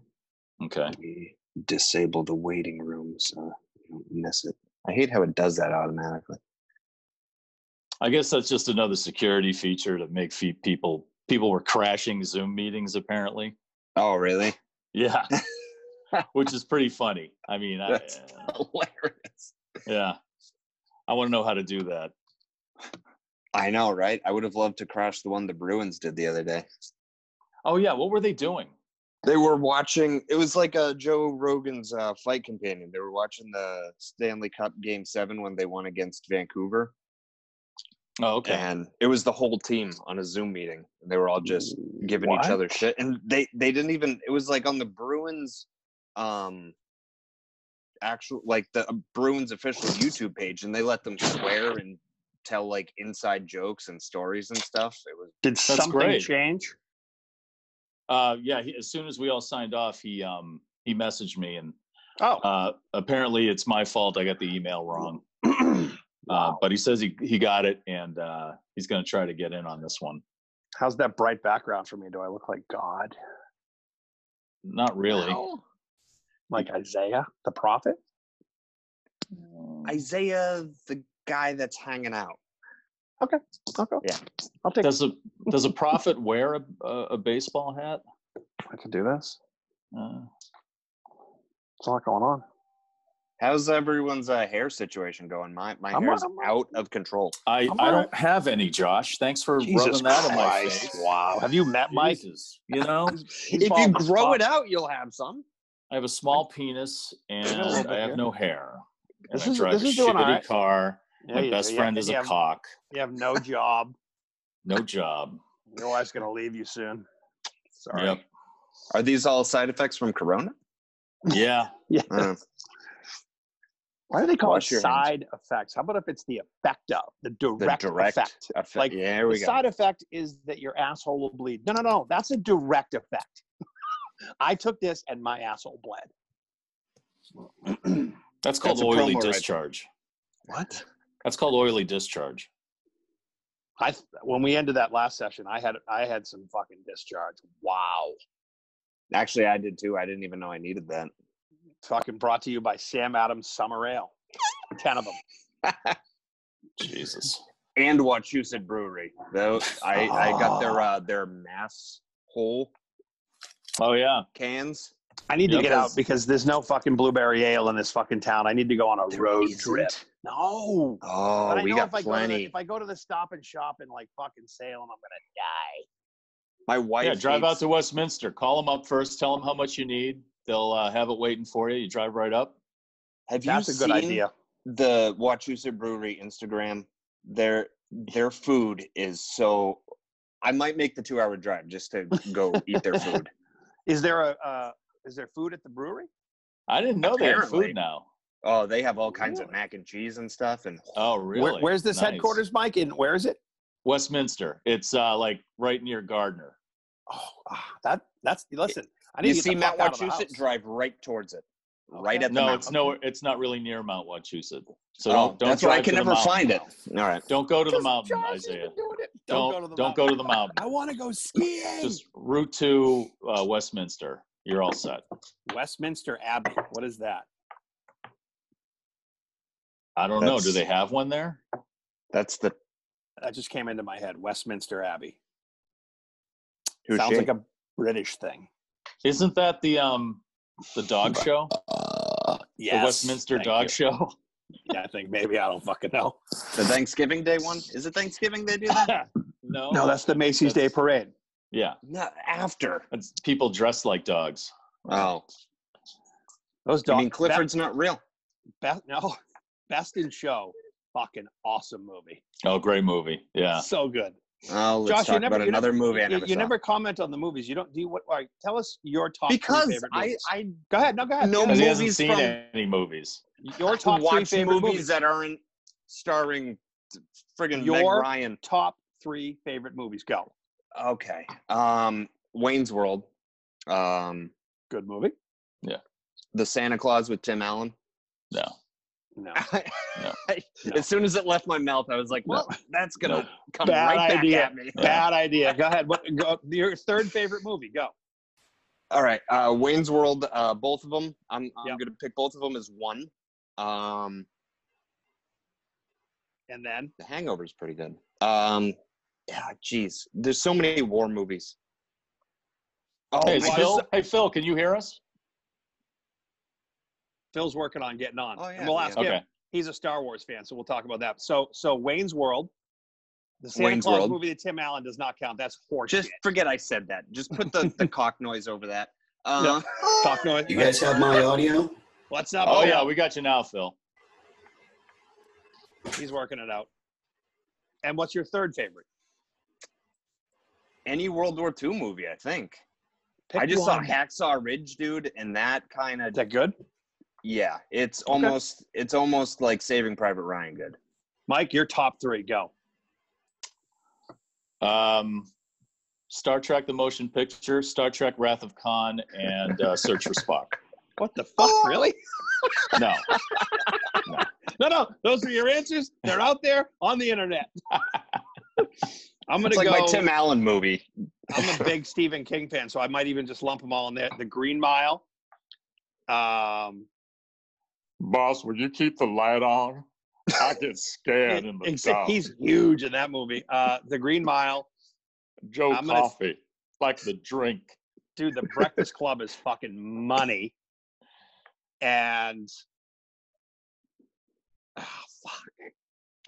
S2: Okay.
S3: We disable the waiting room so you don't miss it. I hate how it does that automatically.
S2: I guess that's just another security feature to make fe- people people were crashing Zoom meetings apparently.
S3: Oh, really?
S2: Yeah. Which is pretty funny. I mean, I, uh,
S3: That's- Hilarious.
S2: yeah. I want to know how to do that.
S3: I know, right? I would have loved to crash the one the Bruins did the other day.
S2: Oh yeah, what were they doing?
S3: They were watching. It was like uh, Joe Rogan's uh, flight companion. They were watching the Stanley Cup Game Seven when they won against Vancouver,
S2: Oh, okay.
S3: and it was the whole team on a Zoom meeting. And they were all just giving
S2: What?
S3: each other shit, and they they didn't even. It was like on the Bruins, um, actual like the uh, Bruins official YouTube page, and they let them swear and tell like inside jokes and stories and stuff. It was
S4: Did something
S2: great.
S4: change?
S2: Uh, yeah, he, as soon as we all signed off, he um he messaged me and
S4: Oh,
S2: uh apparently it's my fault I got the email wrong. Uh, but he says he, he got it and uh, he's going to try to get in on this one.
S4: how's that bright background for me? Do I look like God?
S2: Not really.
S4: like Isaiah the prophet. Hmm.
S3: Isaiah, the guy that's hanging out.
S4: Okay.
S3: Yeah.
S4: I'll take.
S2: Does a does a prophet wear a, a, a baseball hat?
S4: I can do this.
S2: Uh,
S4: It's a lot going on.
S3: How's everyone's uh, hair situation going? My my
S4: I'm-
S3: hair's
S4: I'm-
S3: out of control.
S2: I
S4: I'm
S2: I
S4: all
S2: don't have any, Josh. Thanks for rubbing that on my face.
S4: Wow. Have you met Mike?
S2: Jesus, you know,
S3: If you grow it out, you'll have some.
S2: I have a small penis and
S4: little
S2: I
S4: bit
S2: have
S4: here.
S2: no hair. And
S4: This
S2: I
S4: is-
S2: drive
S4: this
S2: a
S4: is doing all
S2: shitty
S4: right.
S2: car.
S4: Yeah,
S2: my
S4: you
S2: best
S4: do.
S2: friend
S4: yeah,
S2: is
S4: you
S2: a
S4: have,
S2: cock.
S4: You have no job.
S2: No job.
S4: Your wife's gonna leave you soon. Sorry.
S2: Yep.
S3: Are these all side effects from Corona?
S2: Yeah.
S3: Uh,
S4: Why do they call
S3: Wash
S4: it
S3: your hands.
S4: side effects? How about if it's the effect of the
S3: the
S4: direct,
S3: direct,
S4: effect?
S3: effect.
S4: Like,
S3: yeah, here
S4: The
S3: we go.
S4: side effect is that your asshole will bleed. No, no, no. That's a direct effect. I took this and my asshole bled.
S2: That's called
S3: That's a
S2: oily
S3: promo right there.
S2: discharge.
S3: what?
S2: That's called oily discharge.
S4: I when we ended that last session, I had I had some fucking discharge. Wow.
S3: Actually, I did too. I didn't even know I needed that.
S4: Fucking brought to you by Sam Adams Summer Ale. Ten of them.
S2: Jesus.
S3: And Wachusett Brewery. Though I, Ah. I got their uh, their mass whole
S2: Oh yeah.
S3: cans.
S4: I need
S2: Yeah,
S4: to get out
S2: 'cause-
S4: because there's no fucking blueberry ale in this fucking town. I need to go on a
S3: There
S4: road
S3: isn't?
S4: trip. No.
S3: Oh,
S4: But I
S3: we
S4: know
S3: got
S4: if I Go to the,
S3: plenty.
S4: if I go to the Stop and Shop in like fucking Salem, I'm gonna die.
S3: My wife.
S2: yeah, drive out
S3: hates-
S2: to Westminster. Call them up first. Tell them how much you need. They'll uh, have it waiting for you. You drive right up.
S3: Have you
S4: That's a good
S3: seen
S4: idea.
S3: the Wachusett Brewery Instagram? Their their food is so. I might make the two hour drive just to go eat their food.
S4: Is there a uh, is there food at the brewery?
S2: I didn't know they had
S3: Apparently.
S2: food now.
S3: Oh, they have all kinds of
S2: Really?
S3: mac and cheese and stuff, and
S2: Oh, really?
S4: Where, where's this
S2: Nice.
S4: headquarters, Mike? And where is it?
S2: Westminster. It's uh, like right near Gardner.
S4: Oh, ah, that that's listen. I need
S3: you
S4: to get
S3: see
S4: the
S3: Mount
S4: fuck out of the
S3: Wachusett
S4: house.
S3: drive right towards it, right
S4: Okay.
S3: at the
S2: No,
S3: mouth.
S2: it's nowhere. It's not really near Mount Wachusett. So
S3: Oh,
S2: don't don't
S3: that's
S2: drive
S3: why I can
S2: to the
S3: never
S2: mountain.
S3: find it. All right.
S2: Don't go to the
S4: Because
S2: mountain,
S4: Josh has been
S2: Isaiah.
S4: doing it.
S2: Don't
S4: go to the
S2: don't
S4: mountain.
S2: go to the mountain.
S4: I want to go skiing.
S2: Just route to uh, Westminster. You're all set.
S4: Westminster Abbey. What is that?
S2: I don't know. Do
S3: That's-
S2: they have one there?
S3: That's the
S4: That just came into my head. Westminster Abbey.
S3: who
S4: Sounds
S3: she-
S4: like a British thing.
S2: Isn't that the um the dog show?
S4: Yes.
S2: The Westminster
S4: Thank
S2: Dog
S4: you.
S2: Show.
S4: Yeah, I think maybe I don't fucking know.
S3: the Thanksgiving Day one. Is it Thanksgiving they do that?
S2: no.
S4: No, Oh, that's the Macy's Day
S2: That's-
S4: Parade.
S2: yeah.
S3: Not after.
S2: It's people dressed like dogs.
S3: Oh,
S4: Those
S3: I
S4: dogs.
S3: mean Clifford's not real.
S4: Best, no, Best in Show. Fucking awesome movie.
S2: Oh, great movie. Yeah.
S4: So good.
S3: Oh, let's
S4: Josh, you
S3: talk
S4: never-
S3: about
S4: you never-
S3: another movie I
S4: You,
S3: never
S4: you
S3: saw.
S4: never comment on the movies. You don't do you, what? All right, tell us your top. three
S3: because
S4: favorite
S3: I,
S4: movies.
S3: I
S4: go ahead. No, go ahead.
S3: No
S4: Go
S2: Because he
S4: ahead.
S2: hasn't
S3: Movies
S2: seen
S3: from-
S2: any movies.
S4: your top three
S3: watch
S4: favorite
S3: movies,
S4: movies.
S3: that aren't starring friggin' Meg
S4: Your-
S3: Ryan.
S4: top three favorite movies. Go.
S3: Okay. Um, Wayne's World. Um,
S4: Good movie.
S3: The Santa Claus with Tim Allen.
S2: No.
S4: No.
S2: No.
S3: As soon as it left my mouth, I was like,
S2: No.
S3: "Well, that's gonna
S2: Nope.
S3: come
S4: Bad
S3: right
S4: idea.
S3: back at me."
S4: Bad idea. Go ahead. What, go, your third favorite movie. Go.
S3: All right, uh, Wayne's World. Uh, both of them. I'm I'm
S4: Yep.
S3: gonna pick both of them as one. Um,
S4: And then
S3: The Hangover's pretty good. Um, yeah, jeez, there's so many war movies. Oh,
S2: Hey,
S3: I
S2: it's
S3: just-
S2: Phil. Hey, Phil, can you hear us?
S4: Phil's working on getting on.
S3: Oh,
S4: and
S3: yeah,
S4: we'll
S3: yeah.
S4: ask
S2: Okay.
S4: him. He's a Star Wars fan, so we'll talk about that. So, so Wayne's World, the Santa
S3: Wayne's
S4: Claus
S3: World.
S4: movie that Tim Allen does not count. That's horseshit.
S3: just forget I said that. Just put the, the cock noise over that. Uh,
S4: No. talk noise.
S5: You guys have my audio?
S4: What's up?
S2: Oh, yeah. We got you now, Phil.
S4: he's working it out. And what's your third favorite?
S3: Any World War II movie, I think.
S4: Pick
S3: I just
S4: one.
S3: saw Hacksaw Ridge, dude, and that kind
S4: Is
S3: of
S4: that good,
S3: yeah, it's almost it's almost like Saving Private Ryan. Good.
S4: Mike? Your top three. Go.
S2: Um, Star Trek: The Motion Picture, Star Trek: Wrath of Khan, and uh, Search for Spock.
S4: What the fuck? Really?
S2: No,
S4: No, no. Those are your answers. They're out there on the internet. I'm gonna
S3: It's like
S4: go.
S3: my Tim Allen movie.
S4: I'm a big Stephen King fan, so I might even just lump them all in there. The Green Mile. Um,
S2: boss, would you keep the light on? I get scared
S4: ex- he's huge in that movie. Uh, the Green Mile,
S2: Joe
S4: I'm gonna-
S2: Coffee, like the drink.
S4: dude. The Breakfast Club is fucking money. And ah, fuck.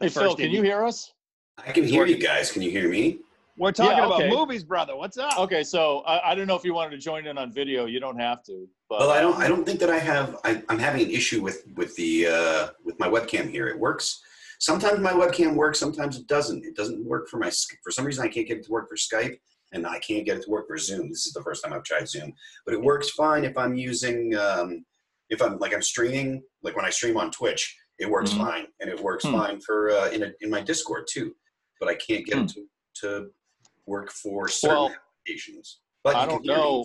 S2: Hey, Phil,
S4: First
S2: can you
S4: idiot.
S2: hear us?
S5: I can hear you guys. Can you hear me?
S4: we're talking
S2: Yeah,
S4: about
S2: okay.
S4: movies, brother. What's up?
S2: Okay, so I, I don't know if you wanted to join in on video. You don't have to, but
S5: Well, I don't. I don't think that I have. I, I'm having an issue with with the uh, with my webcam here. It works. Sometimes my webcam works. Sometimes it doesn't. It doesn't work for my. Sk- For some reason, I can't get it to work for Skype, and I can't get it to work for Zoom. This is the first time I've tried Zoom, but it works fine if I'm using. Um, if I'm like I'm streaming, like when I stream on Twitch, it works
S2: Mhm.
S5: fine, and it works
S2: Hmm.
S5: fine for uh, in a, in my Discord too. But I can't get it to to work for certain
S2: Hmm. Well,
S5: applications. But
S2: I
S5: you
S2: don't
S5: can hear me.
S2: know.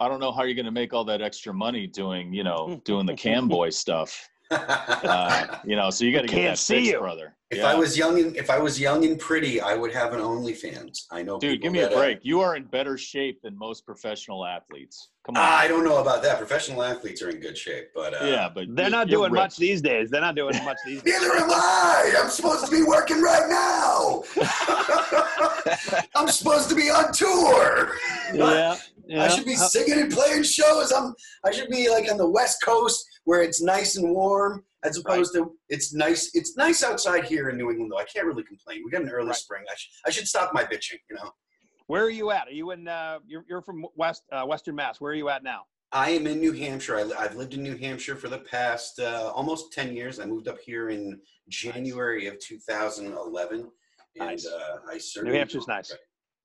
S2: I don't know how you're going to make all that extra money doing, you know, doing the cam boy stuff. Uh, you know, so you got to get
S4: can't
S2: that
S4: see
S2: fixed,
S4: you.
S2: brother.
S5: If
S2: Yeah.
S5: I was young and if I was young and pretty, I would have an OnlyFans. I know.
S2: Dude,
S5: people
S2: give me a
S5: that, uh,
S2: break. You are in better shape than most professional athletes. Come on.
S5: I don't know about that. Professional athletes are in good shape, but uh,
S2: yeah, but
S4: They're
S2: you-
S4: not
S2: you're
S4: doing
S2: ripped.
S4: much these days. They're not doing much these days.
S5: Neither am I. I'm supposed to be working right now. I'm supposed to be on tour.
S4: yeah,
S5: I should be singing and playing shows. I'm I should be like on the West Coast where it's nice and warm, as opposed to it's nice. It's nice outside here in New England, though. I can't really complain. We got an early
S3: Right.
S5: spring. I, sh- I should stop my bitching. You know,
S4: Where are you at? Are you in? Uh, you're you're from West uh, Western Mass. Where are you at now?
S5: I am in New Hampshire. I, li- I've lived in New Hampshire for the past uh, almost ten years. I moved up here in January of 2011, and
S3: Nice.
S5: uh, I certainly
S4: New Hampshire's nice.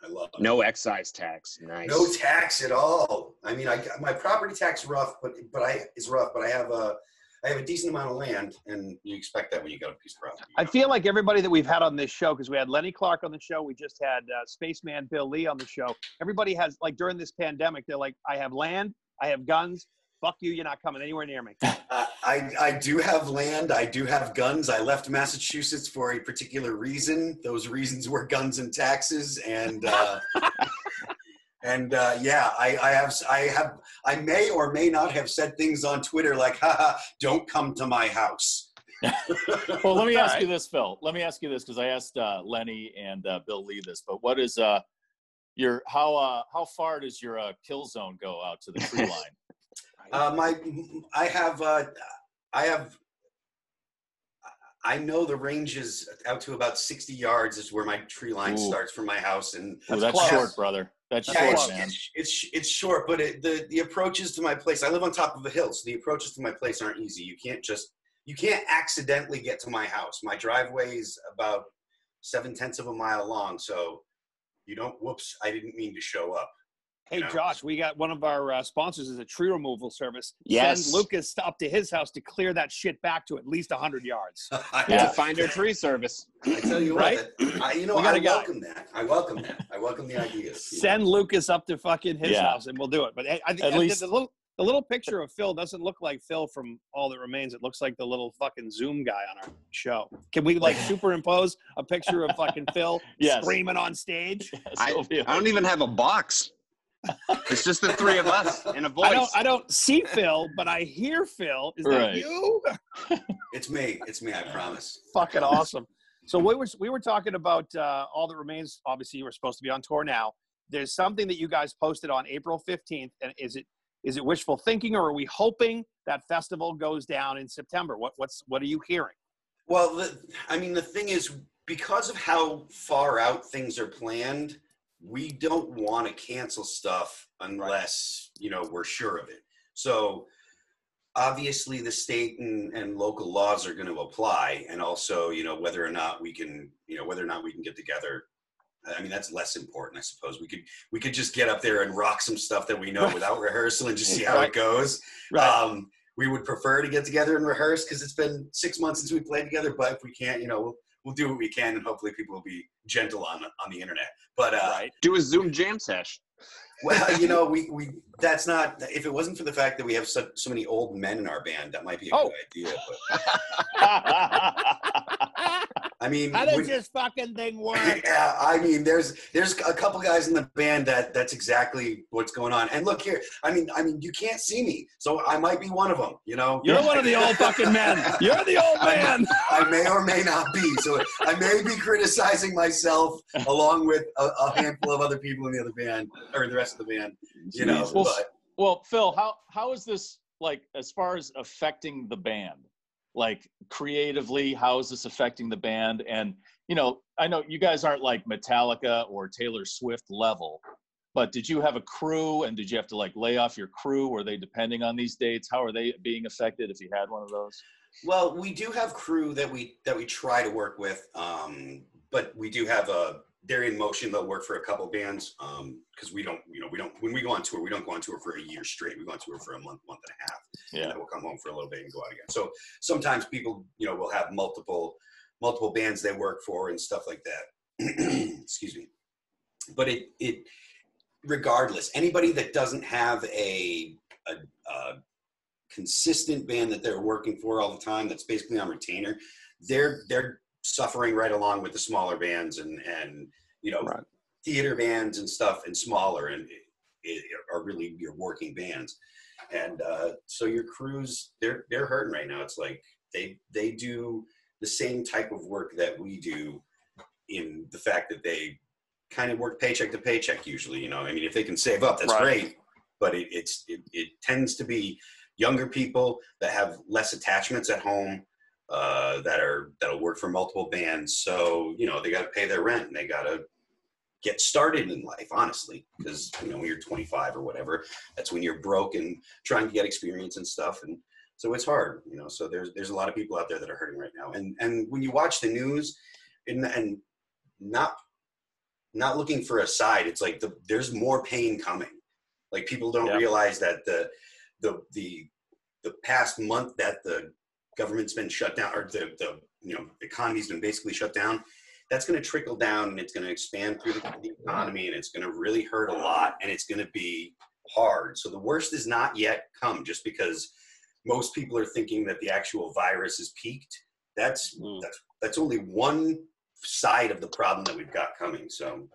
S5: I love it.
S3: No excise tax. Nice.
S5: No tax at all. I mean, I got- my property tax rough, but but I is rough, but I have a I have a decent amount of land, and you expect that when you got a piece of property. you
S4: I
S5: know?
S4: feel like everybody that we've had on this show, because we had Lenny Clark on the show, we just had uh, Spaceman Bill Lee on the show. Everybody has like during this pandemic, they're like, I have land, I have guns. Fuck you, you're not coming anywhere near me.
S5: I, I I do have land. I do have guns. I left Massachusetts for a particular reason. Those reasons were guns and taxes, and uh, and uh, yeah, I, I have I have I may or may not have said things on Twitter like, haha, don't come to my house.
S2: well, let me ask you this, Phil. Let me ask you this because I asked uh, Lenny and uh, Bill Lee this, but what is uh, your how uh, how far does your uh, kill zone go out to the tree line?
S5: Uh, my, I have, uh, I have, I know the range is out to about 60 yards is where my tree line
S2: Ooh.
S5: starts from my house. And
S2: Ooh,
S4: That's
S2: that's
S4: close.
S2: short, brother. That's
S5: yeah,
S2: short,
S5: it's,
S2: man.
S5: it's, it's, it's short, but it, the, the approaches to my place, I live on top of a hill. So the approaches to my place aren't easy. You can't just, you can't accidentally get to my house. My driveway is about seven tenths of a mile long. So you don't, whoops, I didn't mean to show up.
S4: Hey,
S5: Yeah.
S4: Josh, we got one of our uh, sponsors is a tree removal service.
S3: Yes.
S4: Send Lucas up to his house to clear that shit back to at least 100 yards.
S5: I
S3: It's
S2: Yeah.
S3: a find your tree service.
S5: I tell you what,
S4: Right?
S5: that- I, you know,
S4: We got
S5: I
S4: a guy.
S5: welcome that. I welcome that. I welcome the ideas. you know.
S4: Send Lucas up to fucking his
S2: Yeah.
S4: house and we'll do it. But hey, I think
S2: At
S4: I-
S2: least-
S4: the, little, the little picture of Phil doesn't look like Phil from All That Remains. It looks like the little fucking Zoom guy on our show. Can we like superimpose a picture of fucking Phil
S2: Yes.
S4: screaming on stage?
S3: I,
S2: So be it.
S3: I don't even have a box. It's just the three of us and a voice.
S4: I don't, I don't see Phil, but I hear Phil. Is that
S2: Right.
S4: you?
S5: It's me. It's me. I promise.
S4: fucking awesome. So we were we were talking about uh, all that remains. Obviously, you were supposed to be on tour now. There's something that you guys posted on April 15th, and is it is it wishful thinking, or are we hoping that festival goes down in September? What what's what are you hearing?
S5: Well, the, I mean, the thing is, because of how far out things are planned, we don't want to cancel stuff unless you know we're sure of it. So obviously, the state and, and local laws are going to apply, and also you know whether or not we can you know whether or not we can get together. I mean, that's less important, I suppose. We could we could just get up there and rock some stuff that we know
S4: Right.
S5: without rehearsal and just see how
S4: Right.
S5: it goes. Um, we would prefer to get together and rehearse because it's been six months since we played together. But if we can't, you know, we'll, we'll do what we can, and hopefully people will be gentle on on the internet. But uh,
S4: right.
S3: Do a Zoom jam sesh.
S5: well, you know, we, we that's not. If it wasn't for the fact that we have so, so many old men in our band, that might be a
S4: Oh.
S5: good idea. But
S4: How
S5: I mean, would-
S4: does this fucking thing work?
S5: yeah, I mean, there's there's a couple guys in the band that that's exactly what's going on. And look here, I mean, I mean, you can't see me, so I might be one of them. You know,
S4: You're one of the old fucking men. You're the old man.
S5: I may or may not be. So I may be criticizing myself along with a, a handful of other people in the other band or the rest of the band. You know,
S2: Jesus. Well,
S5: but
S2: Well, Phil, how how is this like as far as affecting the band? Like creatively, how is this affecting the band? And you know, I know you guys aren't like Metallica or Taylor Swift level, but did you have a crew and did you have to like lay off your crew? Were they depending on these dates? How are they being affected if you had one of those?
S5: well, we do have crew that we that we try to work with, um, but we do have a they're in motion. They'll work for a couple bands because we don't, you know, we don't when we go on tour, we don't go on tour for a year straight. We go on tour for a month, month and a half. and
S2: Yeah.
S5: then we'll come home for a little bit and go out again. So sometimes people, you know, will have multiple multiple bands they work for and stuff like that. Excuse me. But it it regardless, anybody that doesn't have a, a, a consistent band that they're working for all the time, that's basically on retainer, they're they're suffering right along with the smaller bands and and you know
S4: Right.
S5: theater bands and stuff and smaller and it, it are really your working bands and uh, so your crews they're they're hurting right now it's like they they do the same type of work that we do in the fact that they kind of work paycheck to paycheck usually. You know, I mean, if they can save up, that's
S6: Right.
S5: great. But it, it's it, it tends to be younger people that have less attachments at home uh, that are that'll work for multiple bands. So you know, they got to pay their rent and they got to get started in life honestly because you know when you're 25 or whatever that's when you're broke and trying to get experience and stuff and so it's hard you know so there's there's a lot of people out there that are hurting right now and and when you watch the news and and not not looking for a side it's like the, there's more pain coming like people don't
S2: Yeah.
S5: realize that the the the the past month that the government's been shut down or the, the you know economy's been basically shut down that's going to trickle down and it's going to expand through the, the economy and it's going to really hurt a lot and it's going to be hard so the worst is not yet come just because most people are thinking that the actual virus is peaked that's
S2: Mm.
S5: that's that's only one side of the problem that we've got coming so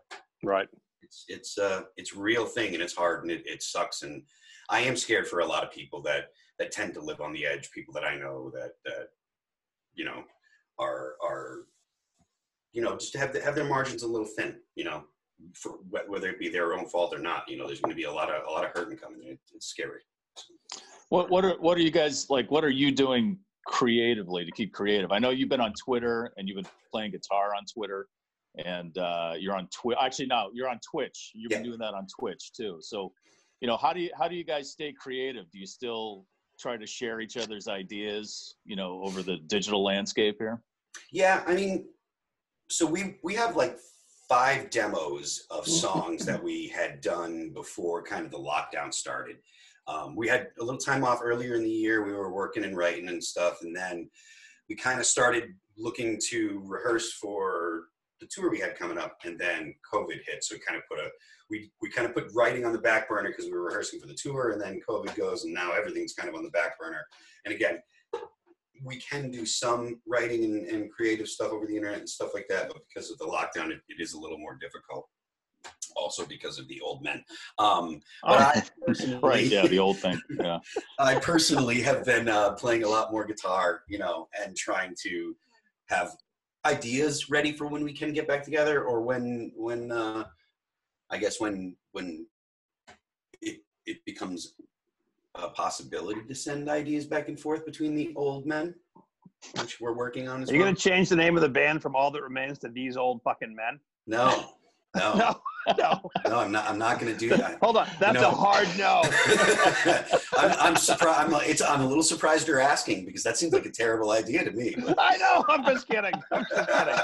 S2: Right.
S5: it's it's uh it's a real thing and it's hard and it, it sucks and i am scared for a lot of people that that tend to live on the edge people that i know that that you know are are you know just have the, have their margins a little thin you know for wh- whether it be their own fault or not you know there's going to be a lot of a lot of hurting coming and it, it's scary
S2: What what are what are you guys like? What are you doing creatively to keep creative? I know you've been on Twitter and you've been playing guitar on Twitter, and uh, you're on Twitch. Actually, no, you're on Twitch. You've been
S5: Yeah.
S2: doing that on Twitch too. So, you know, how do you how do you guys stay creative? Do you still try to share each other's ideas? You know, over the digital landscape here.
S5: Yeah, I mean, so we we have like five demos of songs that we had done before kind of the lockdown started. Um, we had a little time off earlier in the year. We were working and writing and stuff, and then we kind of started looking to rehearse for the tour we had coming up, and then COVID hit. So we kind of put a we we kind of put writing on the back burner because we were rehearsing for the tour, and then COVID goes, and now everything's kind of on the back burner. And again, we can do some writing and, and creative stuff over the internet and stuff like that, but because of the lockdown, it, it is a little more difficult. Also, because of the old men. Um, but
S2: Oh,
S5: I personally,
S2: right. Yeah, the old thing. Yeah.
S5: I personally have been uh, playing a lot more guitar, you know, and trying to have ideas ready for when we can get back together, or when when uh, I guess when when it it becomes a possibility to send ideas back and forth between the old men, which we're working on as
S4: Are you
S5: well.
S4: going to change the name of the band from All That Remains to These Old Fucking Men?
S5: No, no, no,
S4: No, no.
S5: I'm not. I'm not going to do that.
S4: Hold on. That's
S5: No.
S4: a hard no.
S5: I'm, I'm surprised. I'm, like- it's, I'm a little surprised you're asking because that seems like a terrible idea to me. but-
S4: I know. I'm just kidding. I'm just kidding.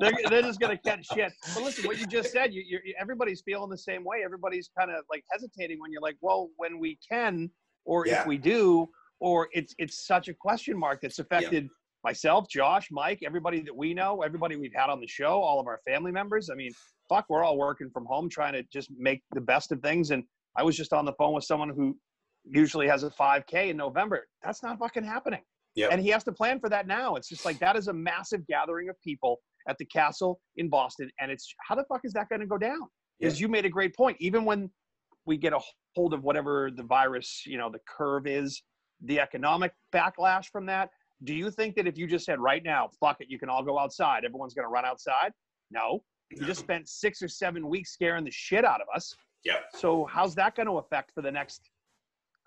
S4: They're, they're just going to catch shit. But listen, what you just said, you, you're, everybody's feeling the same way. Everybody's kind of like hesitating when you're like, well, when we can, or
S5: Yeah.
S4: if we do, or it's it's such a question mark that's affected myself, Josh, Mike, everybody that we know, everybody we've had on the show, all of our family members. I mean, fuck, we're all working from home trying to just make the best of things. And I was just on the phone with someone who usually has a 5K in November. That's not fucking happening.
S5: Yep.
S4: And he has to plan for that now. It's just like that is a massive gathering of people at the castle in Boston. And it's how the fuck is that going to go down? Because you made a great point. Even when we get a hold of whatever the virus, you know, the curve is, the economic backlash from that, do you think that if you just said right now, fuck it, you can all go outside, everyone's going to run outside? No. You just spent six or seven weeks scaring the shit out of us.
S5: Yep.
S4: So how's that going to affect for the next,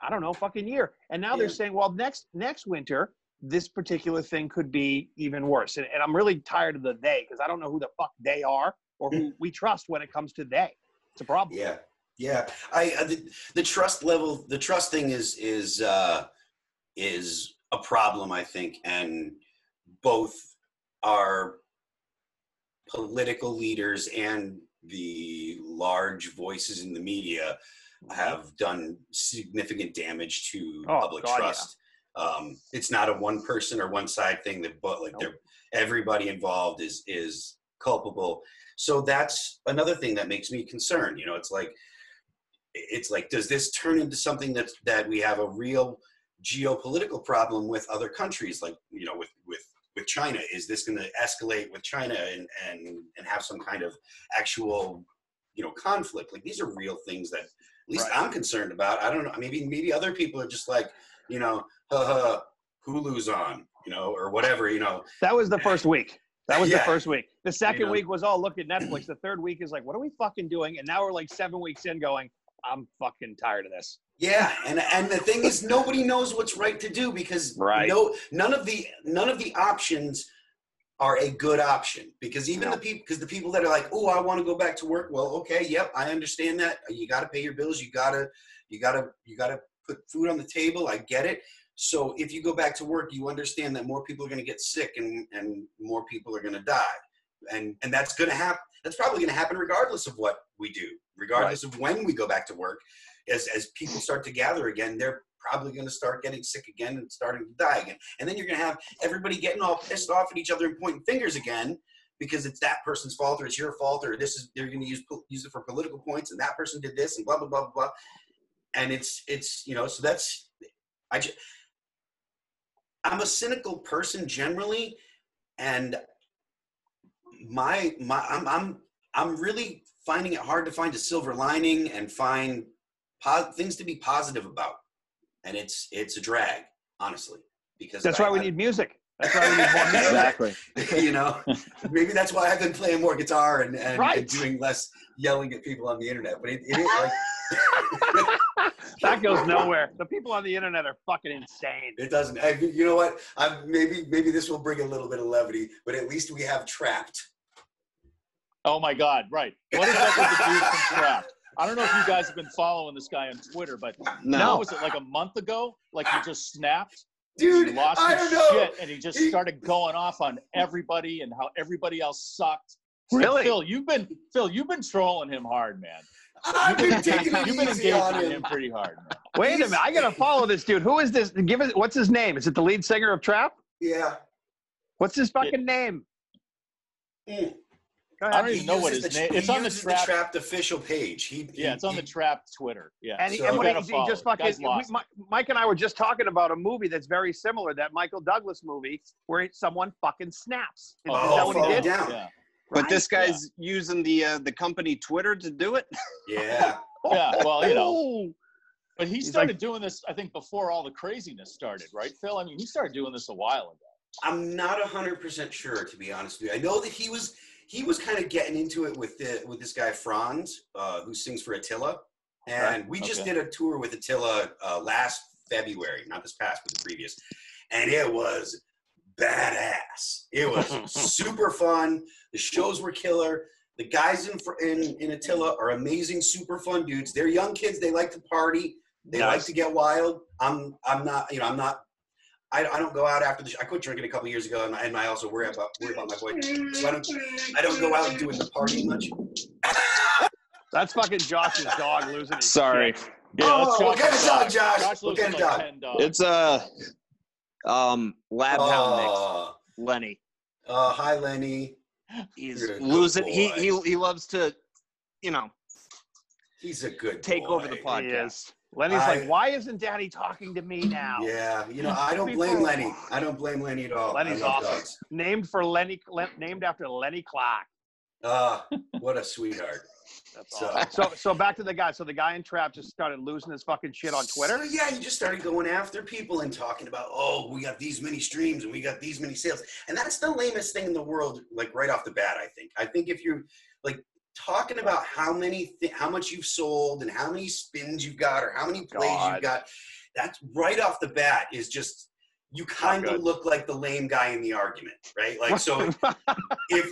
S4: I don't know, fucking year? And now they're
S5: Yeah.
S4: saying, well, next next winter, this particular thing could be even worse. And, and I'm really tired of the they because I don't know who the fuck they are or who
S5: Mm.
S4: we trust when it comes to they. It's a problem.
S5: Yeah, yeah. I uh, the, the trust level, the trust thing is is uh, is a problem, I think, and both our political leaders and the large voices in the media have done significant damage to
S4: Mm-hmm. Oh,
S5: public
S4: God, yeah.
S5: trust. Um, it's not a one person or one side thing that, but like,
S4: Nope.
S5: they're everybody involved is is culpable so that's another thing that makes me concerned you know it's like it's like does this turn into something that that we have a real geopolitical problem with other countries like you know with with with China is this going to escalate with China and and and have some kind of actual you know conflict like these are real things that at least I'm concerned about I don't know maybe maybe other people are just like you know ha ha Hulu's on you know or whatever you know
S4: That was the first week.
S7: That was the
S5: Yeah.
S7: first week. The second
S5: know.
S7: week was all look at Netflix. The third week is like, what are we fucking doing? And now we're like seven weeks in, going, I'm fucking tired of this.
S5: Yeah, and and the thing is, nobody knows what's right to do because
S7: Right.
S5: no, none of the none of the options are a good option because even the people because the people that are like, oh, I want to go back to work. Well, okay, yep, I understand that. You got to pay your bills. You gotta you gotta you gotta put food on the table. I get it. So if you go back to work, you understand that more people are going to get sick and and more people are going to die, and and that's going to happen. That's probably going to happen regardless of what we do, regardless of when we go back to work as as people start to gather again, they're probably going to start getting sick again and starting to die again. And then you're going to have everybody getting all pissed off at each other and pointing fingers again because it's that person's fault or it's your fault or this is they're going to use po- use it for political points and that person did this and blah blah blah blah. blah. And it's it's you know so that's I just I'm a cynical person generally, and my my I'm I'm I'm really finding it hard to find a silver lining and find po- things to be positive about, and it's it's a drag, honestly. Because
S7: That's
S5: I-
S7: why we
S5: I-
S7: need music. That's why we need more music.
S3: Exactly.
S5: you know, maybe that's why I've been playing more guitar and, and, and
S7: Right.
S5: doing less yelling at people on the internet. But it, it is like
S7: That goes nowhere. The people on the internet are fucking insane.
S5: it doesn't. I, you know what? I'm maybe maybe this will bring a little bit of levity, but at least we have trapped.
S2: Oh my God! Right. What is up with the dude from Trapped? I don't know if you guys have been following this guy on Twitter, but
S3: No.
S2: what was it like a month ago? Like he just snapped, he
S5: Dude,
S2: lost
S5: I
S2: his
S5: don't know.
S2: shit, and he just
S5: He-
S2: started going off on everybody and how everybody else sucked.
S7: Really?
S2: Phil, you've been Phil, you've been trolling him hard, man.
S5: I've been taking it
S2: You've been
S5: easy
S2: engaging
S5: on
S2: him.
S5: him.
S2: pretty hard. man.
S7: Wait a minute. I gotta follow this dude. Who is this? Give it. What's his name? Is it the lead singer of Trap?
S5: Yeah.
S7: What's his fucking name?
S5: Mm.
S7: Go
S2: I
S7: ahead.
S2: don't
S5: He
S2: even know what
S5: uses
S2: his
S5: the-
S2: name.
S5: he
S2: It's on the
S5: uses
S2: trap.
S5: trapped official page. He, he-
S2: Yeah, it's on the
S5: he-
S2: trap Twitter. Yeah.
S7: And, he,
S5: So-
S7: and
S5: You
S7: what
S2: gotta
S7: he, he just
S2: follow.
S7: fucking
S2: Guys
S7: we,
S2: lost.
S7: Mi- Mike and I were just talking about a movie that's very similar, that Michael Douglas movie where someone fucking snaps. Is,
S5: Oh,
S7: is that what
S5: fall
S7: he did?
S5: down.
S2: Yeah.
S3: But this guy's using the uh, the company Twitter to do it.
S5: yeah.
S2: Yeah, well, you know.
S7: Oh,
S2: But he
S7: He's
S2: started doing this, I think, before all the craziness started, right, Phil? I mean, he started doing this a while ago.
S5: I'm not hundred percent sure, to be honest with you. I know that he was he was kind of getting into it with the with this guy Franz, uh, who sings for Attila, and we just
S2: Okay.
S5: did a tour with Attila uh, last February, not this past, but the previous, and it was badass. It was super fun. The shows were killer. The guys in fr- in in Attila are amazing, super fun dudes. They're young kids. They like to party. They like
S7: Nice.
S5: to get wild. I'm I'm not you know I'm not I, I don't go out after the sh- I quit drinking a couple years ago, and, I- and I also worry about worry about my boy. So I don't I don't go out doing the party much.
S7: that's fucking Josh's dog losing his
S3: Sorry.
S2: Yeah,
S5: Oh,
S2: that's
S5: what
S2: Josh's
S5: kind of dog, Josh?
S2: Josh
S5: What
S2: lives
S5: kind
S2: with,
S5: of
S2: like,
S5: dog?
S2: 10 dogs.
S3: It's a um lab hound mix.
S5: Oh,
S3: Lenny.
S5: uh, hi Lenny.
S3: He's
S5: You're a good
S3: losing. He,
S5: boy.
S3: he he loves to, you know,
S5: He's a good
S3: take over the
S5: boy.
S7: He
S3: podcast.
S7: is. Lenny's
S5: I-
S7: like, why isn't Daddy talking to me now?
S5: Yeah, you know I don't blame Lenny. I don't blame Lenny at all. I
S7: Lenny's
S5: love
S7: awesome.
S5: dogs.
S7: Named for Lenny, Len, named after Lenny Clark.
S5: Ah, what a sweetheart.
S7: That's
S5: So-
S7: awesome. So, so back to the guy. So the guy in Trap just started losing his fucking shit on Twitter.
S5: So, yeah, you just started going after people and talking about, oh, we got these many streams and we got these many sales. And that's the lamest thing in the world, like right off the bat, I think. I think if you're like talking about how many, th- how much you've sold and how many spins you've got or how many plays
S7: God.
S5: you've got, that's right off the bat is just, you kind of
S7: good.
S5: look like the lame guy in the argument, right? Like, so if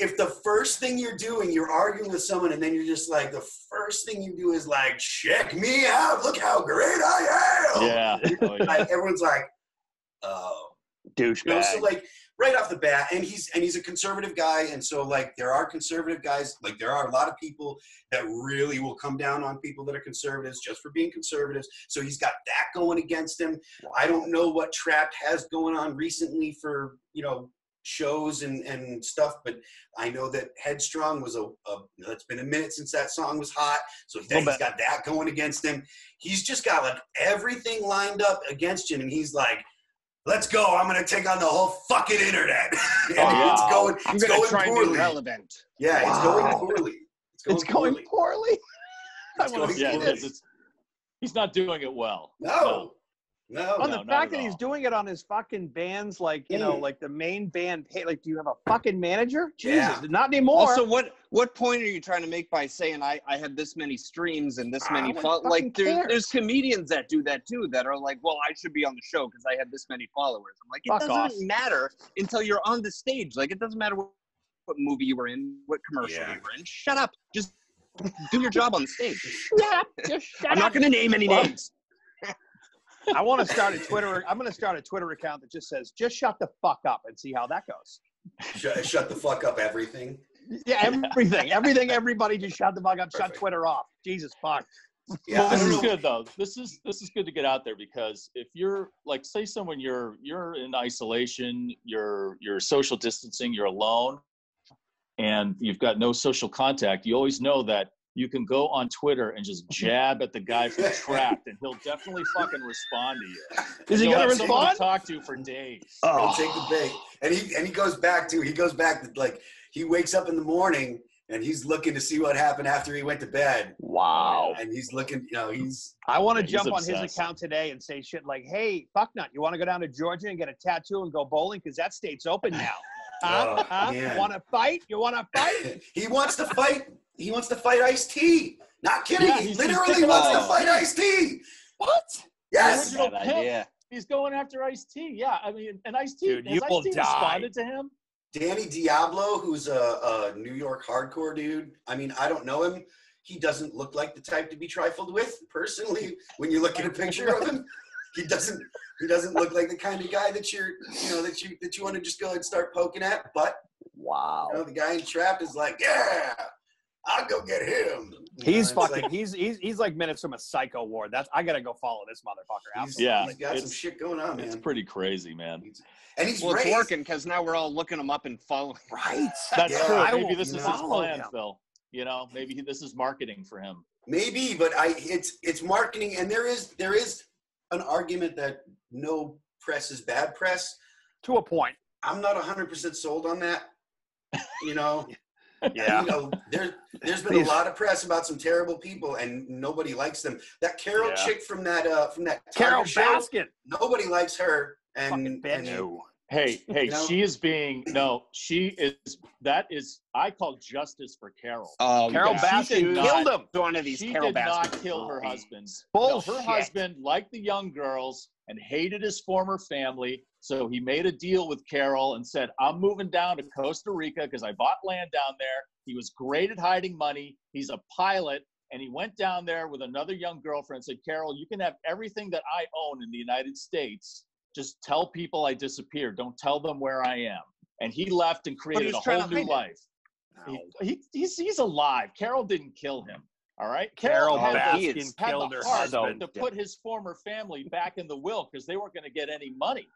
S5: if the first thing you're doing you're arguing with someone and then you're just like the first thing you do is like check me out look how great i am
S2: Yeah. Oh, yeah.
S5: like, everyone's like oh you know, so
S7: douchebag.
S5: like right off the bat, and he's and he's a conservative guy, and so like there are conservative guys, like there are a lot of people that really will come down on people that are conservatives just for being conservatives. So he's got that going against him. I don't know what Trapped has going on recently for you know shows and and stuff, but I know that Headstrong was a, a it's been a minute since that song was hot, so he's
S7: Little bit.
S5: got that going against him. He's just got like everything lined up against him, and he's like. Let's go. I'm going to take on the whole fucking internet. and
S2: Wow.
S5: it's going,
S3: I'm
S5: it's
S3: gonna
S5: going
S3: try and be
S5: poorly.
S3: relevant.
S5: Yeah, it's
S7: Wow.
S5: going poorly.
S7: It's going poorly. I
S5: It's
S7: wanna
S5: going
S2: yeah, it
S5: poorly.
S2: is. It's, he's not doing it well.
S5: No. No,
S4: on
S2: no,
S4: the
S2: not
S4: fact
S2: at
S4: that he's
S2: all.
S4: doing it on his fucking bands, like you know,
S5: Mm.
S4: like the main band. Pay, like, do you have a fucking manager?
S5: Yeah.
S4: Jesus, not anymore.
S3: Also, what what point are you trying to make by saying I, I had this many streams and this
S4: Ah,
S3: many
S4: what
S3: fol-
S4: fucking
S3: like there,
S4: cares?
S3: there's comedians that do that too that are like, well, I should be on the show because I had this many followers. I'm like, it
S4: Fuck
S3: doesn't
S4: off.
S3: matter until you're on the stage. Like it doesn't matter what, what movie you were in, what commercial
S5: Yeah.
S3: you were in. Shut up. Just do your job on the stage.
S4: shut up, just shut
S3: I'm not going to name any
S4: Well,
S3: names.
S4: I want to start a Twitter. I'm going to start a Twitter account that just says "Just shut the fuck up" and see how that goes.
S5: shut, shut the fuck up, everything.
S4: Yeah, everything, everything, everybody, just shut the fuck up. Shut
S5: Perfect.
S4: Twitter off. Jesus fuck.
S5: Yeah,
S2: well,
S5: I
S2: this
S5: don't
S2: is
S5: know-
S2: good though. This is this is good to get out there because if you're like, say, someone you're you're in isolation, you're you're social distancing, you're alone, and you've got no social contact, you always know that you can go on Twitter and just jab at the guy from Trapped, and he'll definitely fucking respond to you.
S4: Is he
S2: You'll
S4: going to
S2: have someone
S4: respond? Uh,
S2: To talk to for days.
S5: He'll take the bait, and he and he goes back to he goes back to like he wakes up in the morning and he's looking to see what happened after he went to bed,
S4: Wow.
S5: and he's looking. You know, he's
S4: I want to
S2: Yeah, he's
S4: jump on his
S2: obsessed.
S4: account today and say shit like, "Hey, fucknut, you want to go down to Georgia and get a tattoo and go bowling because that state's open now?
S2: Uh-huh,
S4: Huh?
S5: Oh,
S4: huh?
S5: man.
S4: Want to fight? You want to fight?
S5: he wants to fight. He wants to fight Ice T. Not kidding.
S2: Yeah,
S5: he
S2: he's-
S5: literally
S2: he's-
S5: wants to
S3: Oh.
S5: fight Ice T.
S2: What?
S5: Yes.
S2: Original pick. He's going after Ice T. Yeah, I mean, and Ice T.
S4: Dude, you
S2: Has
S4: will
S2: Ice T
S4: die.
S2: responded to him?
S5: Danny Diablo, who's a, a New York hardcore dude. I mean, I don't know him. He doesn't look like the type to be trifled with personally. When you look at a picture of him, he doesn't. He doesn't look like the kind of guy that you're, you know, that you that you want to just go and start poking at. But
S4: Wow.
S5: you know, the guy in Trapped is like, yeah, I'll go get him. You know,
S4: He's
S5: and it's
S4: fucking.
S5: like,
S4: he's he's he's like minutes from a psycho ward. That's I gotta go follow this motherfucker.
S5: he's,
S4: Absolutely.
S2: Yeah,
S5: he's got some
S2: it's-
S5: shit going on,
S2: It's
S5: man.
S2: pretty crazy, man.
S5: He's- and he's
S3: Well, it's
S5: raised-
S3: working because now we're all looking them up and following.
S4: Right.
S2: That's
S5: Yeah. I
S2: true.
S4: will
S2: Maybe this is his
S4: follow
S2: plan,
S4: him.
S2: Phil. You know, maybe he, this is marketing for him.
S5: Maybe, but I it's it's marketing, and there is there is an argument that no press is bad press.
S4: To a point.
S5: I'm not 100 percent sold on that. You know,
S4: Yeah.
S5: you know, there there's been a
S4: These-
S5: lot of press about some terrible people, and nobody likes them. That Carol
S4: Yeah.
S5: chick from that uh from that Tiger
S4: Carol
S5: show,
S4: Baskin.
S5: nobody likes her,
S4: Fucking
S5: and,
S4: bitch.
S5: and
S2: Hey, hey,
S5: You know?
S2: she is being no, she is that is I call justice for Carol.
S3: Oh,
S4: Carol
S2: yeah.
S4: Baskin
S2: She did
S4: killed
S2: not-
S4: him.
S3: One of these
S2: She
S3: Carol
S2: did not
S3: Baskins
S2: kill her
S3: movies.
S2: husband. No,
S4: Bullshit.
S2: her husband, like the young girls, and hated his former family. So he made a deal with Carol and said, I'm moving down to Costa Rica because I bought land down there. He was great at hiding money. He's a pilot. And he went down there with another young girlfriend and said, Carol, you can have everything that I own in the United States. Just tell people I disappeared. Don't tell them where I am. And he left and created a
S3: was trying
S2: whole
S3: to
S2: new
S3: hide it.
S2: life. He, he, he's, he's alive. Carol didn't kill him. All right.
S4: Carol
S2: had the-
S3: Baskin
S4: Baskin
S2: had
S4: killed
S2: the
S4: her
S2: heart
S4: husband.
S2: to put his former family back in the will because they weren't going to get any money.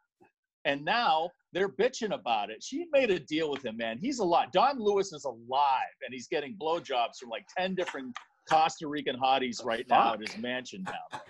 S2: And now they're bitching about it. She made a deal with him, man. He's alive. Don Lewis is alive, and he's getting blowjobs from like ten different Costa Rican hotties right now at his mansion now.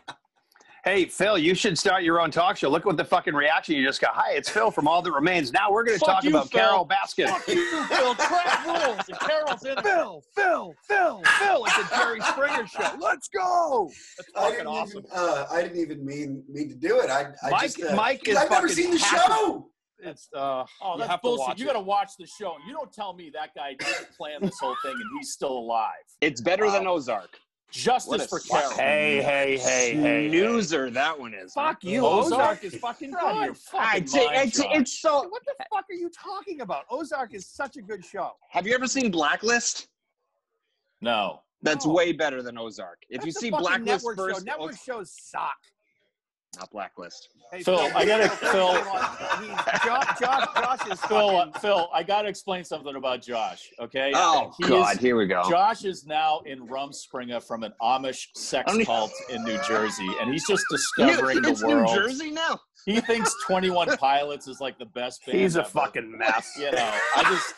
S4: Hey Phil, you should start your own talk show. Look what the fucking reaction you just got. Hi, it's Phil from All That Remains. Now we're gonna
S2: Fuck
S4: talk
S2: you,
S4: about
S2: Phil.
S4: Carol Baskin.
S2: Fuck you, Phil. Trap rules. And Carol's in there.
S4: Phil, Phil, Phil, Phil. It's a Jerry Springer show. Let's go. That's
S5: I
S4: fucking
S5: didn't
S4: awesome.
S5: even uh, I didn't even mean mean to do it. I, I
S4: Mike-
S5: just, uh,
S4: Mike is
S5: I've never
S4: fucking
S5: seen the
S4: happy.
S5: show.
S4: It's uh
S2: Oh,
S4: You
S2: that's
S4: have to watch
S2: bullshit. You
S4: it.
S2: got to watch the show. You don't tell me that guy didn't plan this whole thing and he's still alive.
S3: It's better than Ozark. What
S2: Justice
S3: a
S2: for
S3: slut.
S2: Carol.
S4: Hey, hey, hey, hey. hey.
S3: Snoozer, that one is.
S4: Fuck you.
S2: Ozark?
S4: Ozark is fucking
S2: You're out of
S4: good.
S2: your
S3: I
S2: fucking
S3: t-
S2: mind,
S3: it's,
S2: Josh.
S3: it's so.
S4: What the fuck are you talking about? Ozark is such a good show.
S3: Have you ever seen Blacklist?
S2: no.
S3: That's
S4: No.
S3: way better than Ozark. If
S4: That's
S3: you
S4: a
S3: see
S4: fucking
S3: Blacklist
S4: network
S3: first,
S4: show. network
S3: oh,
S4: shows suck.
S3: not Blacklist.
S4: Hey,
S2: Phil, I gotta- Phil.
S4: He's, Josh, Josh, Josh is
S2: Phil,
S4: fucking-
S2: uh, Phil, I got to explain something about Josh. Okay.
S3: Oh
S2: He
S3: God,
S2: is-
S3: here we go.
S2: Josh is now in Rumspringa from an Amish sex
S3: I don't-
S2: cult in New Jersey, and he's just discovering
S3: it's
S2: the world.
S3: New Jersey now.
S2: He thinks Twenty One Pilots is like the best band.
S4: he's a
S2: ever.
S4: fucking mess.
S2: You know, I just.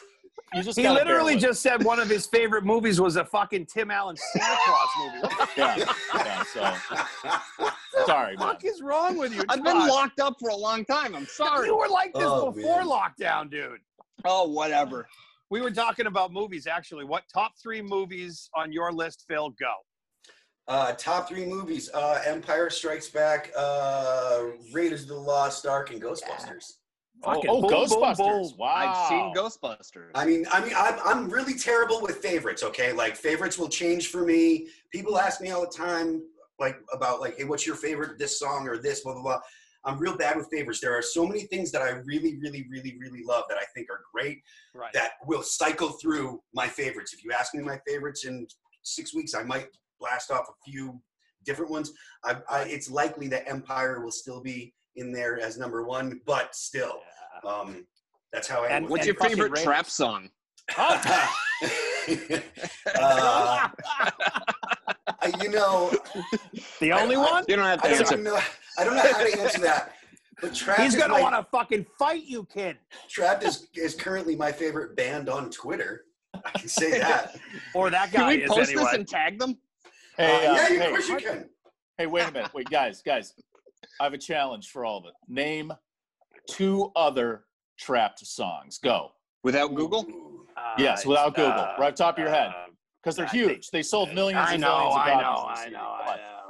S2: You just
S4: He
S2: gotta bear
S4: literally
S2: with
S4: just said one of his favorite movies was a fucking Tim Allen Santa Claus movie. What the
S2: it. Yeah, yeah, so sorry, man.
S4: fuck is wrong with you?
S3: I've been
S4: Josh?
S3: locked up for a long time. I'm sorry.
S4: You were like this
S5: Oh,
S4: before
S5: man.
S4: lockdown, dude.
S3: Oh whatever.
S4: We were talking about movies, actually. What top three movies on your list, Phil? Go.
S5: Uh, top three movies: uh, Empire Strikes Back, uh, Raiders of the Lost Ark, and Ghostbusters.
S2: Oh,
S7: Fucking
S2: oh
S7: boom, boom,
S2: Ghostbusters!
S7: boom.
S2: Wow,
S3: I've seen Ghostbusters.
S5: I mean, I mean, I'm, I'm really terrible with favorites. Okay, like favorites will change for me. People ask me all the time, like about like, hey, what's your favorite this song or this blah blah blah. I'm real bad with favorites. There are so many things that I really, really, really, really love that I think are great
S7: Right.
S5: that will cycle through my favorites. If you ask me my favorites in six weeks, I might blast off a few different ones. I, I, it's likely that Empire will still be in there as number one, but still, um, that's how I am.
S7: And-
S5: with
S3: What's your
S7: fucking
S3: favorite
S7: Raiders.
S3: trap song?
S5: Uh, you know,
S7: the only
S5: I-
S7: one?
S3: You don't have to
S5: I don't
S3: answer.
S5: even know. I don't know how to answer that. But Trapped,
S7: He's
S5: is
S7: gonna
S5: my-
S7: want to fucking fight you, kid.
S5: Trapped is, is currently my favorite band on Twitter. I can say that.
S7: Or that
S3: Can
S7: guy
S3: we
S7: is
S3: post
S7: anyway.
S3: this and tag them?
S2: Hey,
S5: Uh,
S2: uh,
S5: yeah, you- of
S2: hey,
S5: course you can.
S2: hey, wait a minute, wait, guys, guys. I have a challenge for all of it. Name two other trapped songs. Go.
S3: Without Google?
S5: Ooh.
S7: Uh,
S2: Yes, without Google,
S7: uh,
S2: right top of your head,
S7: uh,
S2: because they're
S7: I
S2: huge.
S7: think-
S2: they sold millions
S7: I
S2: and
S7: know,
S2: millions of
S7: I
S2: copies.
S7: know,
S2: this
S7: I
S2: year.
S7: know,
S2: Come on.
S7: I
S4: Oh
S7: know.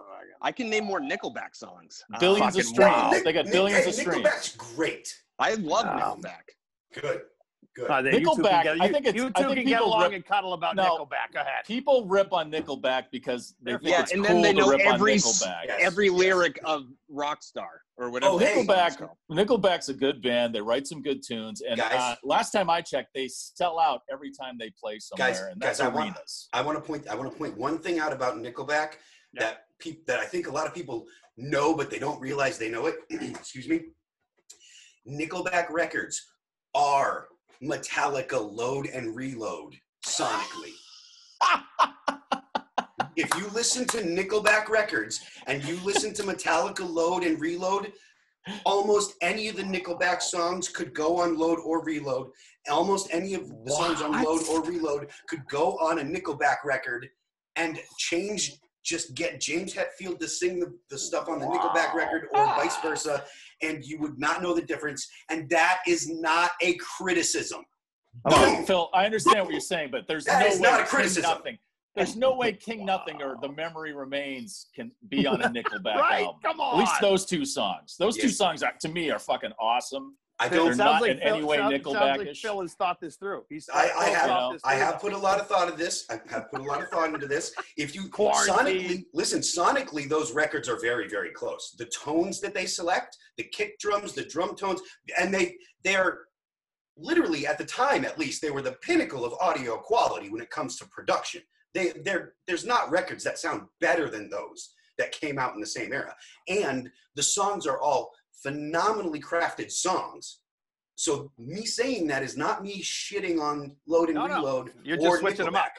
S3: I can name more Nickelback songs. Uh,
S2: Billions of
S7: fucking
S2: streams.
S7: wow.
S2: They got
S5: Nick-
S2: billions
S5: hey,
S2: of streams.
S5: Nickelback's great.
S3: I love
S7: Um,
S3: Nickelback.
S5: Good. Good.
S7: Uh, that you two can
S2: Nickelback,
S7: get-
S2: I
S7: you-
S2: think it's-
S7: you
S2: I
S7: two
S2: think
S7: can get
S2: people
S7: along
S2: rip-
S7: and cuddle about
S2: No.
S7: Nickelback. Go ahead.
S2: People rip on Nickelback because they
S7: They're
S2: think
S3: fine.
S2: it's
S3: And
S2: cool
S3: then they know
S2: to rip
S3: every
S2: on
S3: s-
S2: Nickelback.
S5: Yes,
S3: Every
S5: yes.
S3: lyric of Rockstar or whatever.
S5: Oh,
S3: that
S5: hey.
S2: Nickelback-
S3: song's called.
S2: Nickelback's a good band. They write some good tunes, and
S5: Guys.
S2: uh, last time I checked, they sell out every time they play somewhere,
S5: Guys,
S2: and that's
S5: guys, I want-
S2: arenas.
S5: I want to point. I want to point one thing out about Nickelback that peop, that I think a lot of people know, but they don't realize they know it. Excuse me. Nickelback records are Metallica load and reload sonically. if you listen to Nickelback records and you listen to Metallica load and reload, almost any of the Nickelback songs could go on load or reload. Almost any of the songs on load or reload could go on a Nickelback record and change just get James Hetfield to sing the, the stuff on the Nickelback record or vice versa, and you would not know the difference. And that is not a criticism.
S2: No,
S5: Boom.
S2: Phil, I understand what you're saying, but there's
S5: That
S2: no
S5: is
S2: way
S5: not a
S2: King
S5: criticism.
S2: Nothing. There's no way King Nothing or The Memory Remains can be on a Nickelback
S7: Right?
S2: album.
S7: Come on.
S2: At least those two songs. Those two
S5: Yes.
S2: songs are, to me are fucking awesome.
S5: I
S7: It
S2: They're
S5: don't.
S7: sounds
S2: not
S7: like
S2: in
S7: Phil,
S2: any way
S7: sounds, sounds like
S2: Nickelback-ish.
S7: Phil has thought this through. He's
S5: I- I
S7: Phil's
S5: have-
S7: thought this
S5: I
S7: through.
S5: have put a lot of thought of this. I have put a lot of thought into this. If you sonically
S7: Quarantine.
S5: listen, sonically, those records are very, very close. The tones that they select, the kick drums, the drum tones, and they they are literally at the time, at least, they were the pinnacle of audio quality when it comes to production. They there there's not records that sound better than those that came out in the same era, and the songs are all phenomenally crafted songs. So me saying that is not me shitting on load and
S7: No, no.
S5: reload.
S7: You're
S5: or
S7: just switching 'em up.
S5: Nickelback.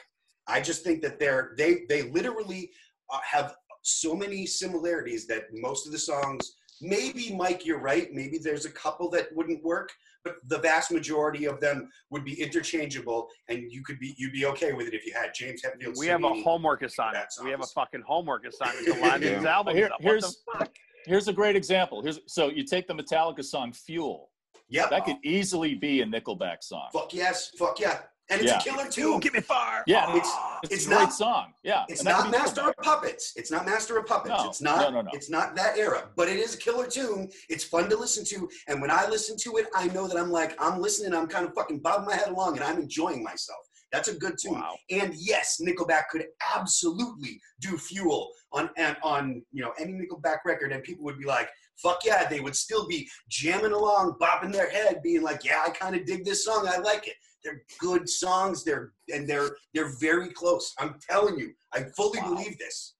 S5: I just think that they're they they literally uh, have so many similarities that most of the songs. Maybe Mike, you're right. Maybe there's a couple that wouldn't work, but the vast majority of them would be interchangeable, and you could be you'd be okay with it if you had James Hetfield.
S7: We have a
S5: singing.
S7: homework assignment.
S5: That's
S7: We have a
S5: awesome.
S7: fucking homework assignment to line these
S5: Yeah.
S7: albums
S2: Here-
S7: up. What
S2: here's-
S7: the fuck?
S2: Here's a great example. Here's so you take the Metallica song "Fuel."
S5: Yeah,
S2: That could easily be a Nickelback song.
S5: fuck yes, fuck yeah, and it's
S2: Yeah.
S5: a killer tune.
S7: me fire.
S2: Yeah,
S5: It's
S2: It's,
S5: it's
S2: a great
S5: not
S2: song. Yeah,
S5: It's
S2: and that
S5: not
S2: could be
S5: Master of
S2: Nickelback.
S5: Puppets. It's not Master of Puppets.
S2: No,
S5: it's not.
S2: no, no, no.
S5: It's not that era. But it is a killer tune. It's fun to listen to. And when I listen to it, I know that I'm like I'm listening. I'm kind of fucking bobbing my head along, and I'm enjoying myself. That's a good tune.
S7: Wow.
S5: And yes, Nickelback could absolutely do Fuel on and on you know any Nickelback record, and people would be like, "Fuck yeah!" They would still be jamming along, bopping their head, being like, "Yeah, I kind of dig this song. I like it." They're good songs. They're and they're they're very close. I'm telling you, I fully
S7: Wow.
S5: believe this.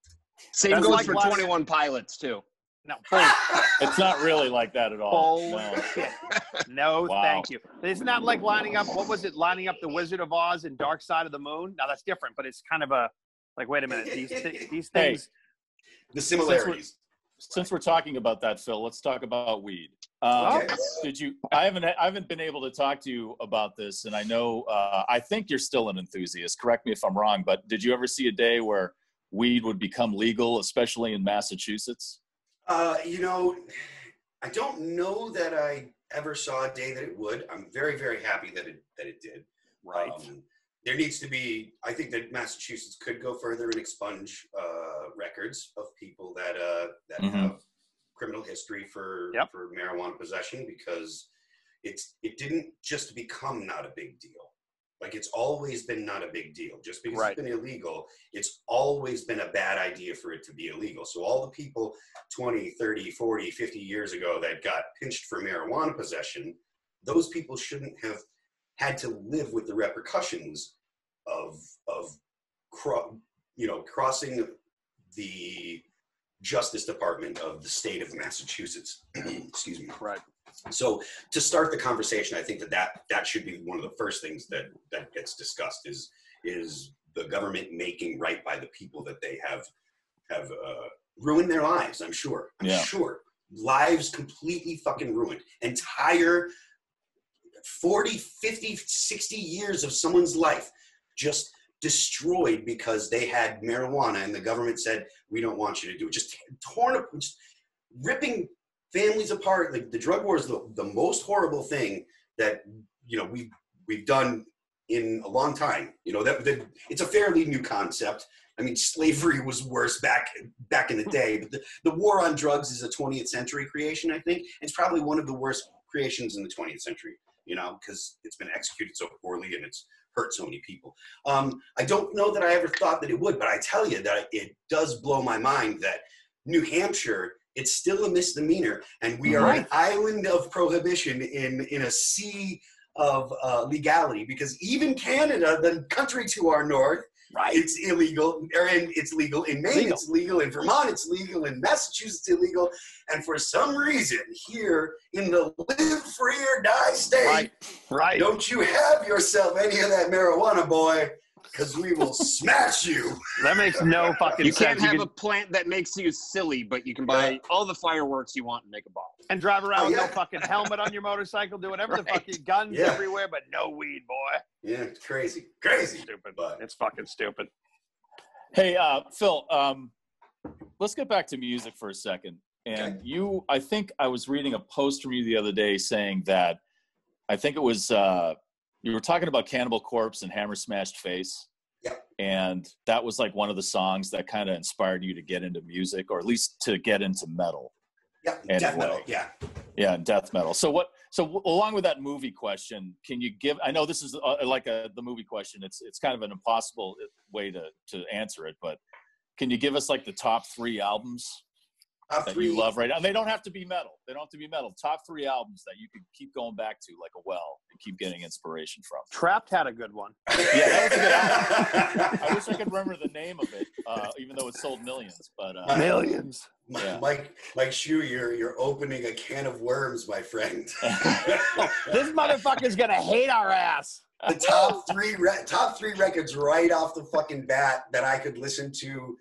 S3: Same
S7: That's
S3: goes
S7: like
S3: for
S7: last-
S3: 21 Pilots, too.
S7: No,
S2: It's not really like that at all. No.
S7: bullshit. Oh, No,
S2: Wow.
S7: thank you. Isn't that like lining up? What was it? Lining up the Wizard of Oz and Dark Side of the Moon? Now that's different, but it's kind of a like. Wait a minute. These thi- these
S2: Hey.
S7: things.
S5: the
S2: similarities. Since we're talking about that, Phil, let's talk about weed. Um,
S5: Okay.
S2: Did you? I haven't. I haven't been able to talk to you about this, and I know. Uh, I think you're still an enthusiast. Correct me if I'm wrong, but did you ever see a day where weed would become legal, especially in Massachusetts?
S5: Uh, you know, I don't know that I ever saw a day that it would. I'm very, very happy that it that it did.
S7: Right.
S5: Um, there needs to be. I think that Massachusetts could go further and expunge uh, records of people that uh, that
S2: Mhm.
S5: have criminal history for
S7: Mm-hmm. Yep.
S5: for marijuana possession because it's it didn't just become not a big deal. Like it's always been not a big deal. Just because
S7: Right.
S5: it's been illegal, it's always been a bad idea for it to be illegal. So all the people 20, 30, 40, 50 years ago that got pinched for marijuana possession, those people shouldn't have had to live with the repercussions of of cro- you know crossing the justice department of the state of massachusetts excuse me
S7: Right.
S5: so to start the conversation i think that, that that should be one of the first things that that gets discussed is is the government making right by the people that they have have uh, ruined their lives i'm sure i'm
S2: Yeah.
S5: sure lives completely fucking ruined entire 40 50 60 years of someone's life just destroyed because they had marijuana and the government said we don't want you to do it just torn up just ripping families apart like the drug war is the, the most horrible thing that you know we've we've done in a long time you know that, that it's a fairly new concept i mean slavery was worse back back in the day but the, the war on drugs is a 20th century creation i think it's probably one of the worst creations in the 20th century you know because it's been executed so poorly and it's hurt so many people um, i don't know that i ever thought that it would but i tell you that it does blow my mind that new hampshire it's still a misdemeanor and we are an island of prohibition in in a sea of uh, legality because even canada the country to our north
S7: Right.
S5: it's illegal, or in, it's legal in Maine.
S7: Legal.
S5: It's legal in Vermont. It's legal in Massachusetts. Illegal, and for some reason, here in the live free or die state,
S7: Right. Right.
S5: don't you have yourself any of that marijuana, boy? Because we will smash you.
S7: That makes no fucking
S3: You can't
S7: sense.
S3: have
S7: you
S3: a
S7: can,
S3: plant that makes you silly, but you can buy
S5: Yeah.
S3: all the fireworks you want and make a ball.
S7: and drive around with
S5: Yeah.
S7: no fucking helmet on your motorcycle, do whatever the
S3: Right.
S7: fucking guns
S5: Yeah.
S7: everywhere, but no weed, boy.
S5: Yeah, it's crazy, crazy.
S7: Stupid.
S5: But
S7: It's fucking stupid.
S2: Hey, uh, Phil, um, let's get back to music for a second. And you, I think I was reading a post from you the other day saying that I think it was uh, you were talking about Cannibal Corpse and Hammer Smashed Face.
S5: Yeah.
S2: And that was like one of the songs that kind of inspired you to get into music, or at least to get into metal.
S5: yeah,
S2: Anyway.
S5: definitely, yeah.
S2: Yeah, and death metal. So what? So w- along with that movie question, can you give? I know this is uh, like a, the movie question. It's it's kind of an impossible uh, way to to answer it, but can you give us like the top three albums
S5: Top
S2: that
S5: three,
S2: you love right now? They don't have to be metal. They don't have to be metal. Top three albums that you could keep going back to like a well and keep getting inspiration from.
S7: Trapped had a good one.
S2: Yeah, that was a good I
S5: album.
S2: wish I could remember the name of it, uh, even though it sold millions. But uh,
S7: Millions.
S2: Yeah.
S5: Mike, Mike Shue, you're you're opening a can of worms, my friend.
S7: This motherfucker's gonna hate our ass.
S5: the top three re- top three records right off the fucking bat that I could listen to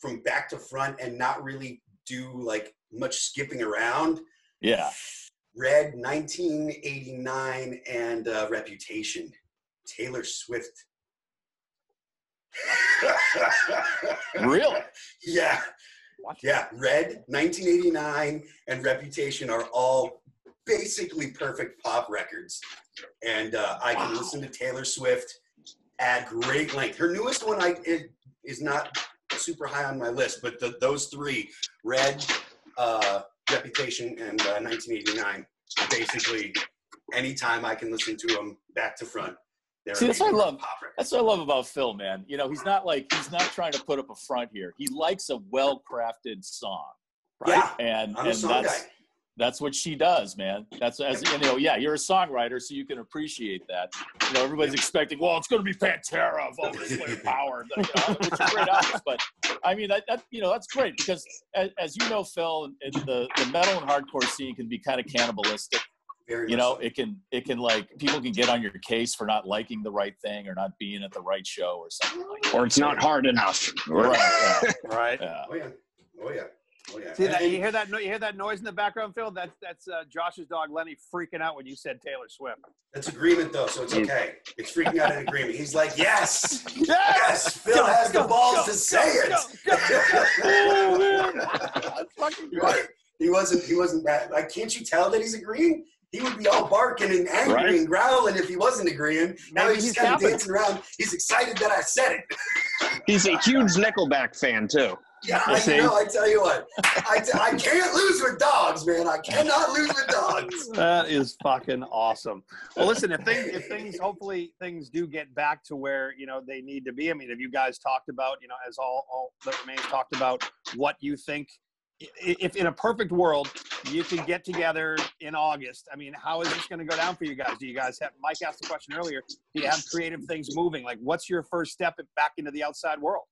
S5: from back to front and not really do like much skipping around.
S2: yeah,
S5: Red 1989 and uh, Reputation. Taylor Swift.
S2: really.
S5: yeah,
S7: What?
S5: yeah. Red 1989 and Reputation are all basically perfect pop records, and uh, I can listen to Taylor Swift at great length. Her newest one I is, is not super high on my list, but the, those three, Red, uh, Reputation, and uh, 1989, basically anytime I can listen to them back to front. they're
S2: See, that's what I
S5: amazing
S2: love.
S5: Pop records.
S2: That's what I love about Phil, man. You know, he's not like he's not trying to put up a front here. He likes a well-crafted song,
S5: Yeah,
S2: and
S5: I'm a
S2: and
S5: song
S2: that's
S5: guy.
S2: that's what she does, man. That's as you know, yeah, you're a songwriter, so you can appreciate that. You know, everybody's expecting, well, it's going to be Pantera, Vulgar Slayer Power, you know, which are great albums. But I mean, that, that you know, that's great because as, as you know, Phil, and- and the the metal and hardcore scene can be kind of cannibalistic
S5: Very
S2: you
S5: much
S2: know
S5: so.
S2: it can it can like people can get on your case for not liking the right thing or not being at the right show or something like that
S3: Or it's not hard enough.
S2: right yeah,
S7: Right.
S2: yeah.
S5: Oh yeah. Oh yeah. Oh yeah.
S7: See that?
S5: And-
S7: You hear that? No, you hear that noise in the background, Phil? That's that's uh, Josh's dog Lenny freaking out when you said Taylor Swift.
S5: That's agreement though, so it's okay. It's freaking out an agreement. He's like, yes,
S7: Yeah.
S5: yes. Phil has the balls to say it.
S7: That's fucking
S5: Right. He wasn't. He wasn't that. Like, can't you tell that he's agreeing? He would be all barking and angry
S2: Right.
S5: and growling if he wasn't agreeing. Now
S7: Maybe
S5: he's,
S7: he's
S5: just kind of
S7: happy.
S5: dancing around. He's excited that I said it.
S3: He's a huge Nickelback fan too.
S5: Yeah,
S2: You
S5: I
S2: see?
S5: know. I tell you what, I, t- I can't lose with dogs, man. I cannot lose with dogs.
S7: That is fucking awesome. Well, listen, if things, if things, hopefully things do get back to where you know they need to be. I mean, have you guys talked about you know as all all that remains talked about what you think? i- If in a perfect world you could get together in August, I mean, how is this going to go down for you guys? Do you guys have? Mike asked the question earlier. Do you have creative things moving? Like, what's your first step back into the outside world?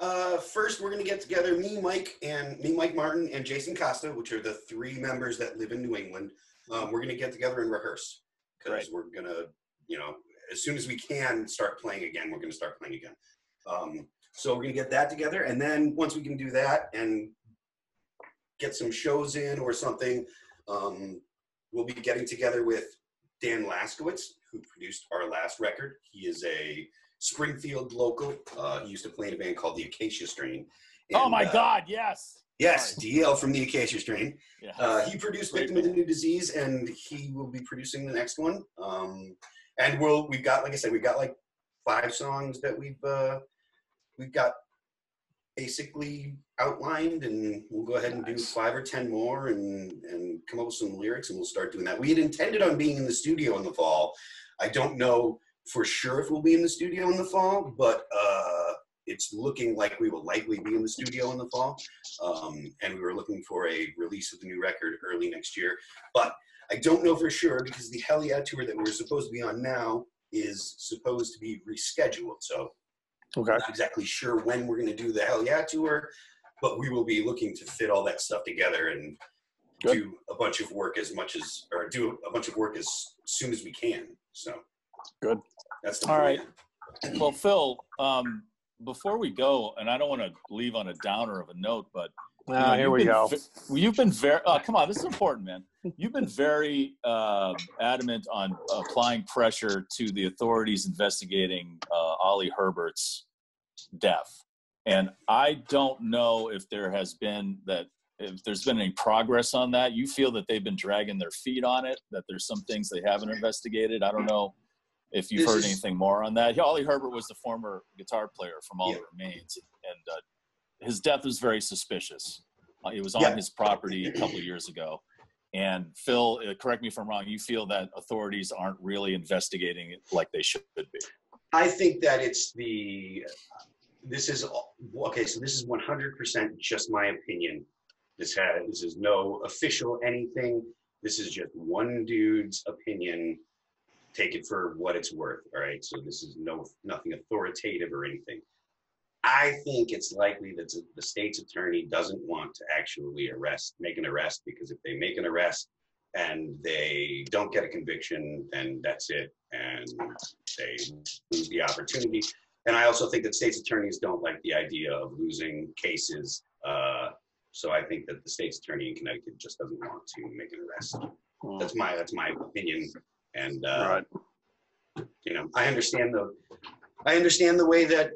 S5: Uh, first, we're going to get together, me, Mike, and me, Mike Martin, and Jason Costa, which are the three members that live in New England. Um, we're going to get together and rehearse because we're going to, you know, as soon as we can start playing again, we're going to start playing again. Um, so we're going to get that together, and then once we can do that and get some shows in or something, um, we'll be getting together with Dan Laskowitz, who produced our last record. He is a Springfield local. Uh, he used to play in a band called the Acacia Strain.
S2: oh
S5: And,
S2: my
S5: uh,
S2: God! Yes.
S5: Yes, DL from the Acacia Strain.
S2: Yeah.
S5: Uh, he produced
S2: Great
S5: Victim of the
S2: band.
S5: New Disease, and he will be producing the next one. Um, and we'll we've got like I said, we've got like five songs that we've uh, we've got basically outlined, and we'll go ahead and do
S2: Nice.
S5: five or ten more, and and come up with some lyrics, and we'll start doing that. We had intended on being in the studio in the fall. I don't know for sure if we'll be in the studio in the fall, but. Uh, it's looking like we will likely be in the studio in the fall um, and we were looking for a release of the new record early next year. But I don't know for sure because the Hell Yeah tour that we're supposed to be on now is supposed to be rescheduled. So
S7: Okay.
S5: I'm not exactly sure when we're going to do the Hell Yeah tour, but we will be looking to fit all that stuff together and
S2: Good.
S5: do a bunch of work as much as, or do a bunch of work as soon as we can. So
S2: Good.
S5: That's the
S2: All
S5: plan.
S2: right. well, Phil, um, before we go, and I don't want to leave on a downer of a note, but you know,
S7: Now Ah, here
S2: you've
S7: we
S2: been
S7: go.
S2: ve- well, you've been very. Oh, come on, this is important, man. You've been very uh, adamant on applying pressure to the authorities investigating uh, Ollie Herbert's death, and I don't know if there has been that. If there's been any progress on that, you feel that they've been dragging their feet on it. That there's some things they haven't investigated. I don't know if you've
S5: This
S2: heard
S5: is-
S2: anything more on that. Ollie Herbert was the former guitar player from All
S5: Yeah.
S2: That Remains, and uh, his death was very suspicious. Uh, It was on
S5: Yeah.
S2: his property a couple of years ago. And Phil, uh, correct me if I'm wrong, you feel that authorities aren't really investigating it like they should be.
S5: I think that it's the, this is, all- okay, so this is 100% just my opinion. This had, this is no official anything. This is just one dude's opinion. Take it for what it's worth, all right? So this is no, nothing authoritative or anything. I think it's likely that the state's attorney doesn't want to actually arrest, make an arrest, because if they make an arrest and they don't get a conviction, then that's it. And they lose the opportunity. And I also think that state's attorneys don't like the idea of losing cases. Uh, so I think that the state's attorney in Connecticut just doesn't want to make an arrest. That's my that's my opinion. And uh,
S7: Right.
S5: you know, I understand the I understand the way that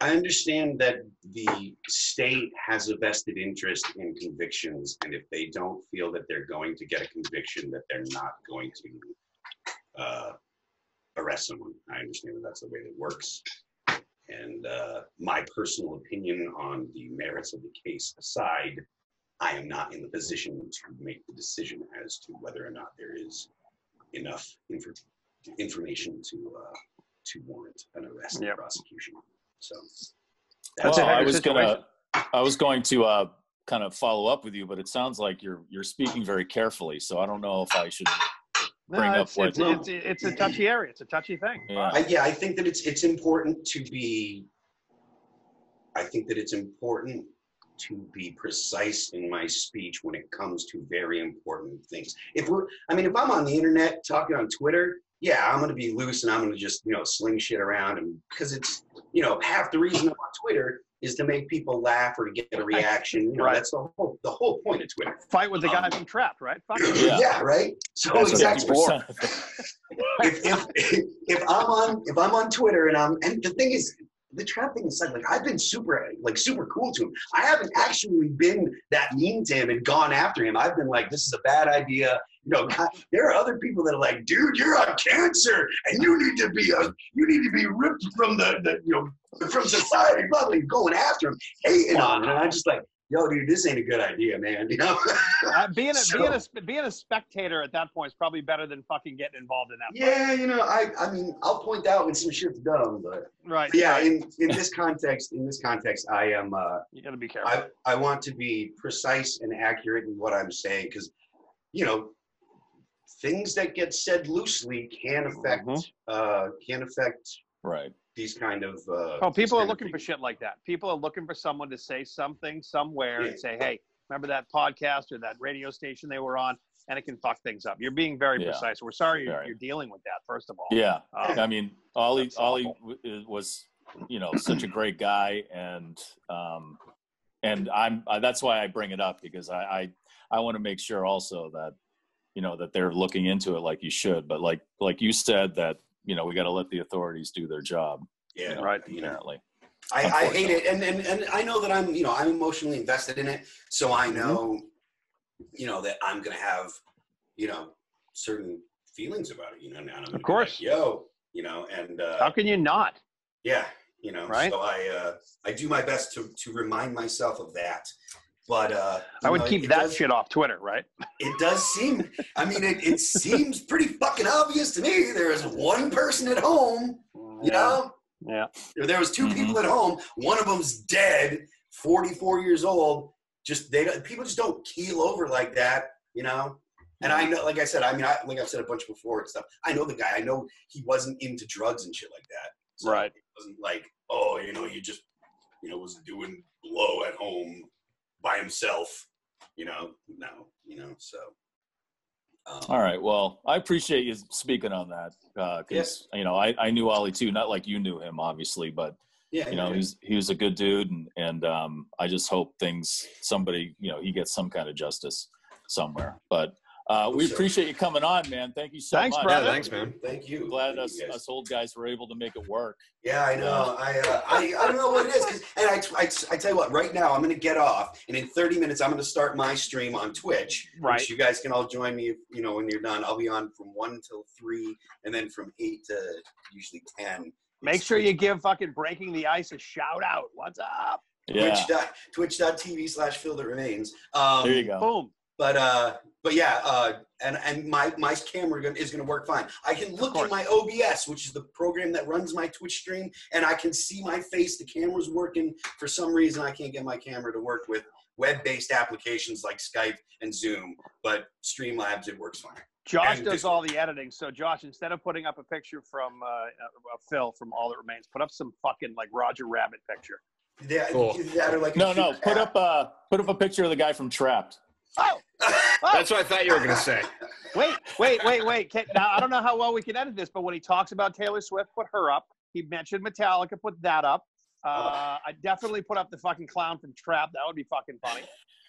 S5: I understand that the state has a vested interest in convictions, and if they don't feel that they're going to get a conviction, that they're not going to uh, arrest someone. I understand that that's the way that works. And uh, my personal opinion on the merits of the case aside, I am not in the position to make the decision as to whether or not there is enough infor- information to uh, to warrant an arrest
S7: Yep.
S5: and prosecution. So
S2: Well,
S5: that's it.
S2: I was gonna, I was going to uh, kind of follow up with you, but it sounds like you're you're speaking very carefully. So I don't know if I should.
S7: No,
S2: bring up
S7: it's,
S2: what-
S7: it's, it's, it's a touchy area. It's a touchy thing.
S2: Yeah.
S5: I, yeah, I think that it's it's important to be. I think that it's important to be precise in my speech when it comes to very important things. If we're, I mean, if I'm on the internet talking on Twitter, yeah, I'm going to be loose and I'm going to just you know sling shit around and because it's you know half the reason I'm on Twitter is to make people laugh or to get a reaction. You know,
S7: Right.
S5: that's the whole the whole point of Twitter.
S7: Fight with the guy from Trapped, right? Fuck it.
S2: Yeah.
S5: right. So
S2: That's
S5: exactly.
S2: 50% of it.
S5: if, if, if I'm on if I'm on Twitter and I'm and the thing is the trap thing aside, like I've been super, like super cool to him. I haven't actually been that mean to him and gone after him. I've been like, this is a bad idea. You know, God, there are other people that are like, dude, you're on cancer and you need to be, a, you need to be ripped from the, the you know, from society. Probably going after him, hating on him. And I'm just like, yo, dude, this ain't a good idea, man. You know.
S4: Uh, being a
S5: So-
S4: being a being a spectator at that point is probably better than fucking getting involved in that.
S5: yeah, you know, I, I mean, I'll point out when some shit's done, but
S4: Right.
S5: yeah, in, in this context, in this context, I am. Uh,
S4: You gotta be careful.
S5: I, I want to be precise and accurate in what I'm saying because, you know, things that get said loosely can affect
S2: Mhm.
S4: Mm-hmm.
S5: uh, can affect
S2: Right.
S5: these kind of. Uh,
S4: oh, people
S5: these
S4: are
S5: kind of
S4: looking for shit like that. People are looking for someone to say something somewhere
S5: Yeah.
S4: and say, "Hey, remember that podcast or that radio station they were on?" And it can fuck things up. You're being very
S2: Yeah.
S4: precise. We're sorry you're,
S2: Very.
S4: you're dealing with that. First of all.
S2: Yeah.
S4: Um,
S2: I mean, Ollie,
S4: That's
S2: Ollie
S4: awful.
S2: w- was, you know, such a great guy, and um, and I'm uh, that's why I bring it up because I I, I want to make sure also that you know that they're looking into it like you should, but like like you said that you know we got to let the authorities do their job. you
S5: Yeah,
S2: know,
S4: Right.
S5: You know,
S2: Apparently.
S5: I, I hate it, and, and and I know that I'm you know I'm emotionally invested in it, so I
S4: Mm-hmm.
S5: know, you know, that I'm gonna have, you know, certain feelings about it. You know, now and I'm gonna be
S4: course.
S5: like, yo, you know, and uh,
S4: How can you not?
S5: Yeah, you know,
S4: Right?
S5: so I uh, I do my best to to remind myself of that. But uh,
S4: I
S5: you
S4: would
S5: know,
S4: keep
S5: it
S4: that
S5: does,
S4: shit off Twitter, right?
S5: It does seem. I mean, it, it seems pretty fucking obvious to me. There is one person at home. You know.
S4: Yeah. Mm-hmm.
S5: There- There was 2
S2: Mhm.
S5: people at home. One of them's dead, forty four years old. Just they don't- people just don't keel over like that. You know. And
S4: Mm-hmm.
S5: I know, like I said, I mean, I, like I've said a bunch before and stuff. I know the guy. I know he wasn't into drugs and shit like that. So
S4: Right.
S5: It wasn't like, oh, you know, you just, you know, was doing blow at home by himself. You know, no, you know, so. Um,
S2: All right. Well, I appreciate you speaking on that because you know I, I knew Ollie too, not like you knew him obviously, but
S5: Yeah.
S2: you know
S5: yeah.
S2: he's he was a good dude, and and um, I just hope things somebody you know he gets some kind of justice somewhere. But uh, we
S5: Sure.
S2: appreciate you coming on, man. Thank you so
S4: Thanks,
S2: much.
S4: brother.
S8: Yeah, thanks, man.
S5: Thank you.
S2: I'm glad
S5: Thank
S2: us
S5: you guys.
S2: us old guys were able to make it work.
S5: Yeah, I know. I, uh, I I don't know what it is. 'cause- and I, I, I tell you what, right now I'm going to get off, and in 30 minutes I'm going to start my stream on Twitch. which
S4: Right.
S5: you guys can all join me. if- You know, when you're done, I'll be on from one until three, and then from eight to usually ten.
S4: Make sure you give fucking breaking the ice a shout out. What's up?
S2: Yeah.
S5: Twitch dot Twitch.tv slash Phil that remains. Um,
S2: There you go.
S4: Boom.
S5: But uh, but yeah, uh, and and my my camera gon- is going to work fine. I can look
S4: course.
S5: at my OBS, which is the program that runs my Twitch stream, and I can see my face. The camera's working. For some reason, I can't get my camera to work with web-based applications like Skype and Zoom, but Streamlabs it works fine.
S4: Josh
S5: And-
S4: does all the editing. So Josh, instead of putting up a picture from uh, uh, Phil from All That Remains, put up some fucking like Roger Rabbit picture.
S5: They,
S8: Cool.
S5: that are like a
S2: No, no.
S5: super
S2: Put up
S5: app.
S2: a put up a picture of the guy from Trapped.
S4: Oh,
S8: That's what I thought you were gonna say.
S4: wait, wait, wait, wait. Can, now I don't know how well we can edit this, but when he talks about Taylor Swift, put her up. He mentioned Metallica, put that up. Uh, I definitely put up the fucking clown from Trap. That would be fucking funny.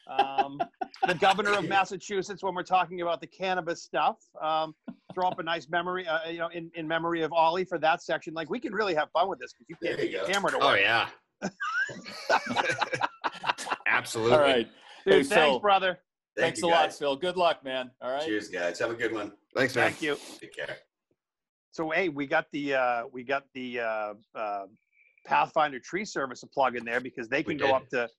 S4: Um, the governor of Massachusetts, when we're talking about the cannabis stuff, um, throw up a nice memory, uh, you know, in, in memory of Ollie for that section. Like we can really have fun with this because you can't
S5: There you
S4: get
S5: go.
S4: the camera to work.
S8: Oh yeah. Absolutely.
S2: All right.
S4: Dude,
S2: Hey,
S4: thanks,
S2: Phil.
S4: brother.
S5: Thank
S2: thanks a
S5: you
S2: lot,
S5: guys.
S2: Phil. Good luck, man. All right.
S5: Cheers, guys. Have a good one.
S8: Thanks, man.
S4: Thank you.
S5: Take care.
S4: So hey, we got the uh, we got the uh, uh, Pathfinder Tree Service a plug in there because they
S8: We
S4: can go
S8: did.
S4: up to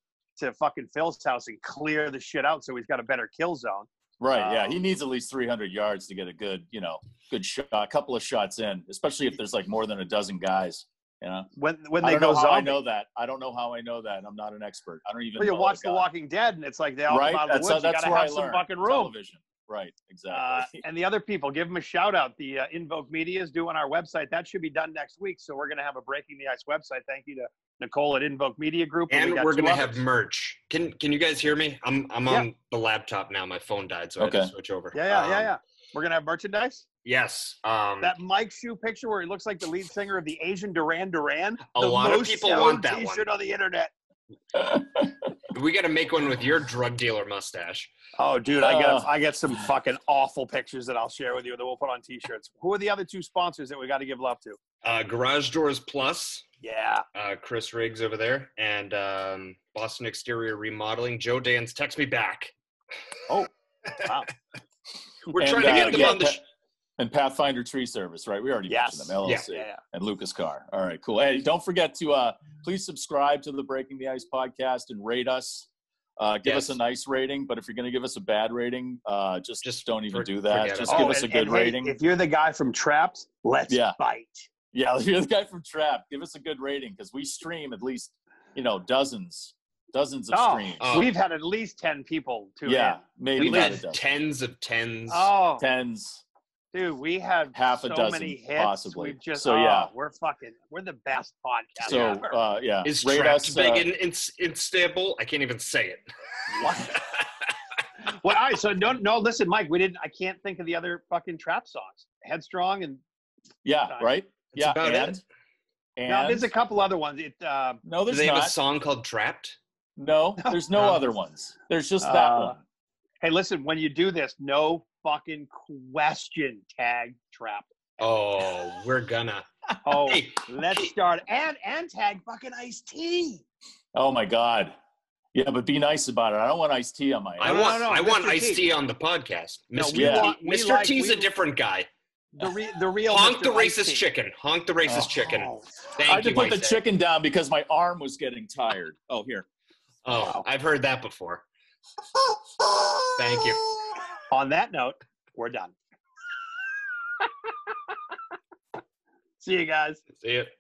S4: to fucking Phil's house and clear the shit out, so he's got a better kill zone.
S2: Right. Yeah. He
S4: Um,
S2: needs at least 300 yards to get a good, you know, good shot, a couple of shots in, especially if there's like more than a dozen guys. You know,
S4: When when
S2: I
S4: they
S2: don't
S4: go
S2: know how I
S4: zombie,
S2: know that. I don't know how I know that. I'm not an expert. I don't even.
S4: well, you
S2: know
S4: watch
S2: the
S4: The
S2: guy.
S4: Walking Dead, and it's like they all
S2: right.
S4: come out of
S2: that's
S4: the woods.
S2: that's
S4: you gotta
S2: where
S4: have
S2: I
S4: some
S2: learned.
S4: fucking room.
S2: Television. Right.
S4: Uh,
S2: Exactly.
S4: and the other people, give them a shout out. The uh, Invoke Media is doing our website. That should be done next week. So we're gonna have a Breaking the Ice website. Thank you to Nicole at Invoke Media Group.
S8: And
S4: got
S8: we're
S4: two
S8: gonna
S4: others.
S8: have merch. Can Can you guys hear me? I'm I'm
S4: Yeah.
S8: on the laptop now. My phone died, so I had
S2: Okay.
S8: to switch over.
S4: yeah yeah yeah
S8: Um,
S4: yeah. We're gonna have merchandise.
S8: Yes. Um,
S4: That Mike Shoe picture where he looks like the lead singer of the Asian Duran Duran.
S8: A
S4: the
S8: lot of
S4: most
S8: people
S4: selling
S8: want that one.
S4: T-shirt on the internet.
S8: we got to make one with your drug dealer mustache.
S4: Oh, dude, I
S2: Uh.
S4: got I got some fucking awful pictures that I'll share with you that we'll put on T-shirts. Who are the other two sponsors that we got to give love to?
S8: Uh, Garage Doors Plus
S4: Yeah.
S8: uh, Chris Riggs over there, and um, Boston Exterior Remodeling. Joe Dan's text me back.
S4: Oh,
S2: We're
S8: trying to get them on the sh-
S2: and Pathfinder Tree Service, right? We already
S4: Yes.
S2: mentioned them,
S8: Yeah.
S2: LLC, and Lucas Carr. All right, cool. Hey, don't forget to uh, please subscribe to the Breaking the Ice podcast and rate us. Uh, give us
S8: Yes.
S2: a nice rating, but if you're going to give us a bad rating, uh, just
S8: Just
S2: just don't even
S8: for-
S2: do that.
S8: forget
S2: Just
S8: it.
S2: give
S4: Oh,
S2: us a
S4: and-
S2: good
S4: and hey,
S2: rating.
S4: if you're the guy from Trapped, let's
S2: Yeah.
S4: bite.
S2: Yeah, you're the guy from Trap. Give us a good rating because we stream at least, you know, dozens, dozens of
S4: Oh,
S2: streams.
S8: Oh.
S4: We've had at least 10 people tune
S2: yeah,
S4: in.
S2: maybe
S8: We've
S2: not a
S8: had
S2: dozen.
S8: tens of tens.
S4: Oh,
S2: tens.
S4: dude, we have
S2: half a
S4: so
S2: dozen,
S4: many hits.
S2: possibly.
S4: We've just,
S2: So,
S4: oh,
S2: yeah.
S4: we're fucking, we're the best podcast
S2: So
S4: ever.
S2: uh, yeah,
S8: Is
S2: rate
S8: trapped
S2: us,
S8: big
S2: uh,
S8: in, in Istanbul? I can't even say it.
S4: well, all right, so no, no, listen, Mike, we didn't, I can't think of the other fucking Trap songs. Headstrong and,
S2: yeah, right.
S8: That's
S2: yeah,
S8: about
S2: and,
S8: it.
S2: and
S4: no, there's a couple other ones. It, uh,
S2: no,
S8: Do
S2: there's
S8: they have a
S2: not.
S8: song called Trapped?
S2: No, there's no
S8: No.
S2: other ones. There's just that
S4: Uh,
S2: one.
S4: Hey, listen, when you do this, no fucking question tag Trap.
S8: Oh, we're gonna.
S4: Oh,
S8: Hey,
S4: let's start and and tag fucking Ice T.
S2: Oh my god. Yeah, but be nice about it. I don't want iced tea on my.
S8: I
S4: No,
S2: ass.
S4: no,
S8: want
S4: no,
S8: I want
S4: Mr.
S8: Ice
S4: T.
S8: T on the podcast.
S4: No,
S8: Mr.
S2: we
S8: T.
S4: want- we
S8: Mr.
S4: like-
S8: T's
S4: we-
S8: a different guy.
S4: The re, the real
S8: Honk
S4: Mr.
S8: the
S4: Ice-T.
S8: racist chicken. Honk the racist
S2: Oh.
S8: chicken.
S4: Oh,
S8: Thank
S2: I had to
S8: you.
S2: put the
S8: Isaac.
S2: chicken down because my arm was getting tired. Oh, here.
S8: Oh, I've heard that before. Thank you.
S4: on that note, we're done. See you guys.
S8: See it.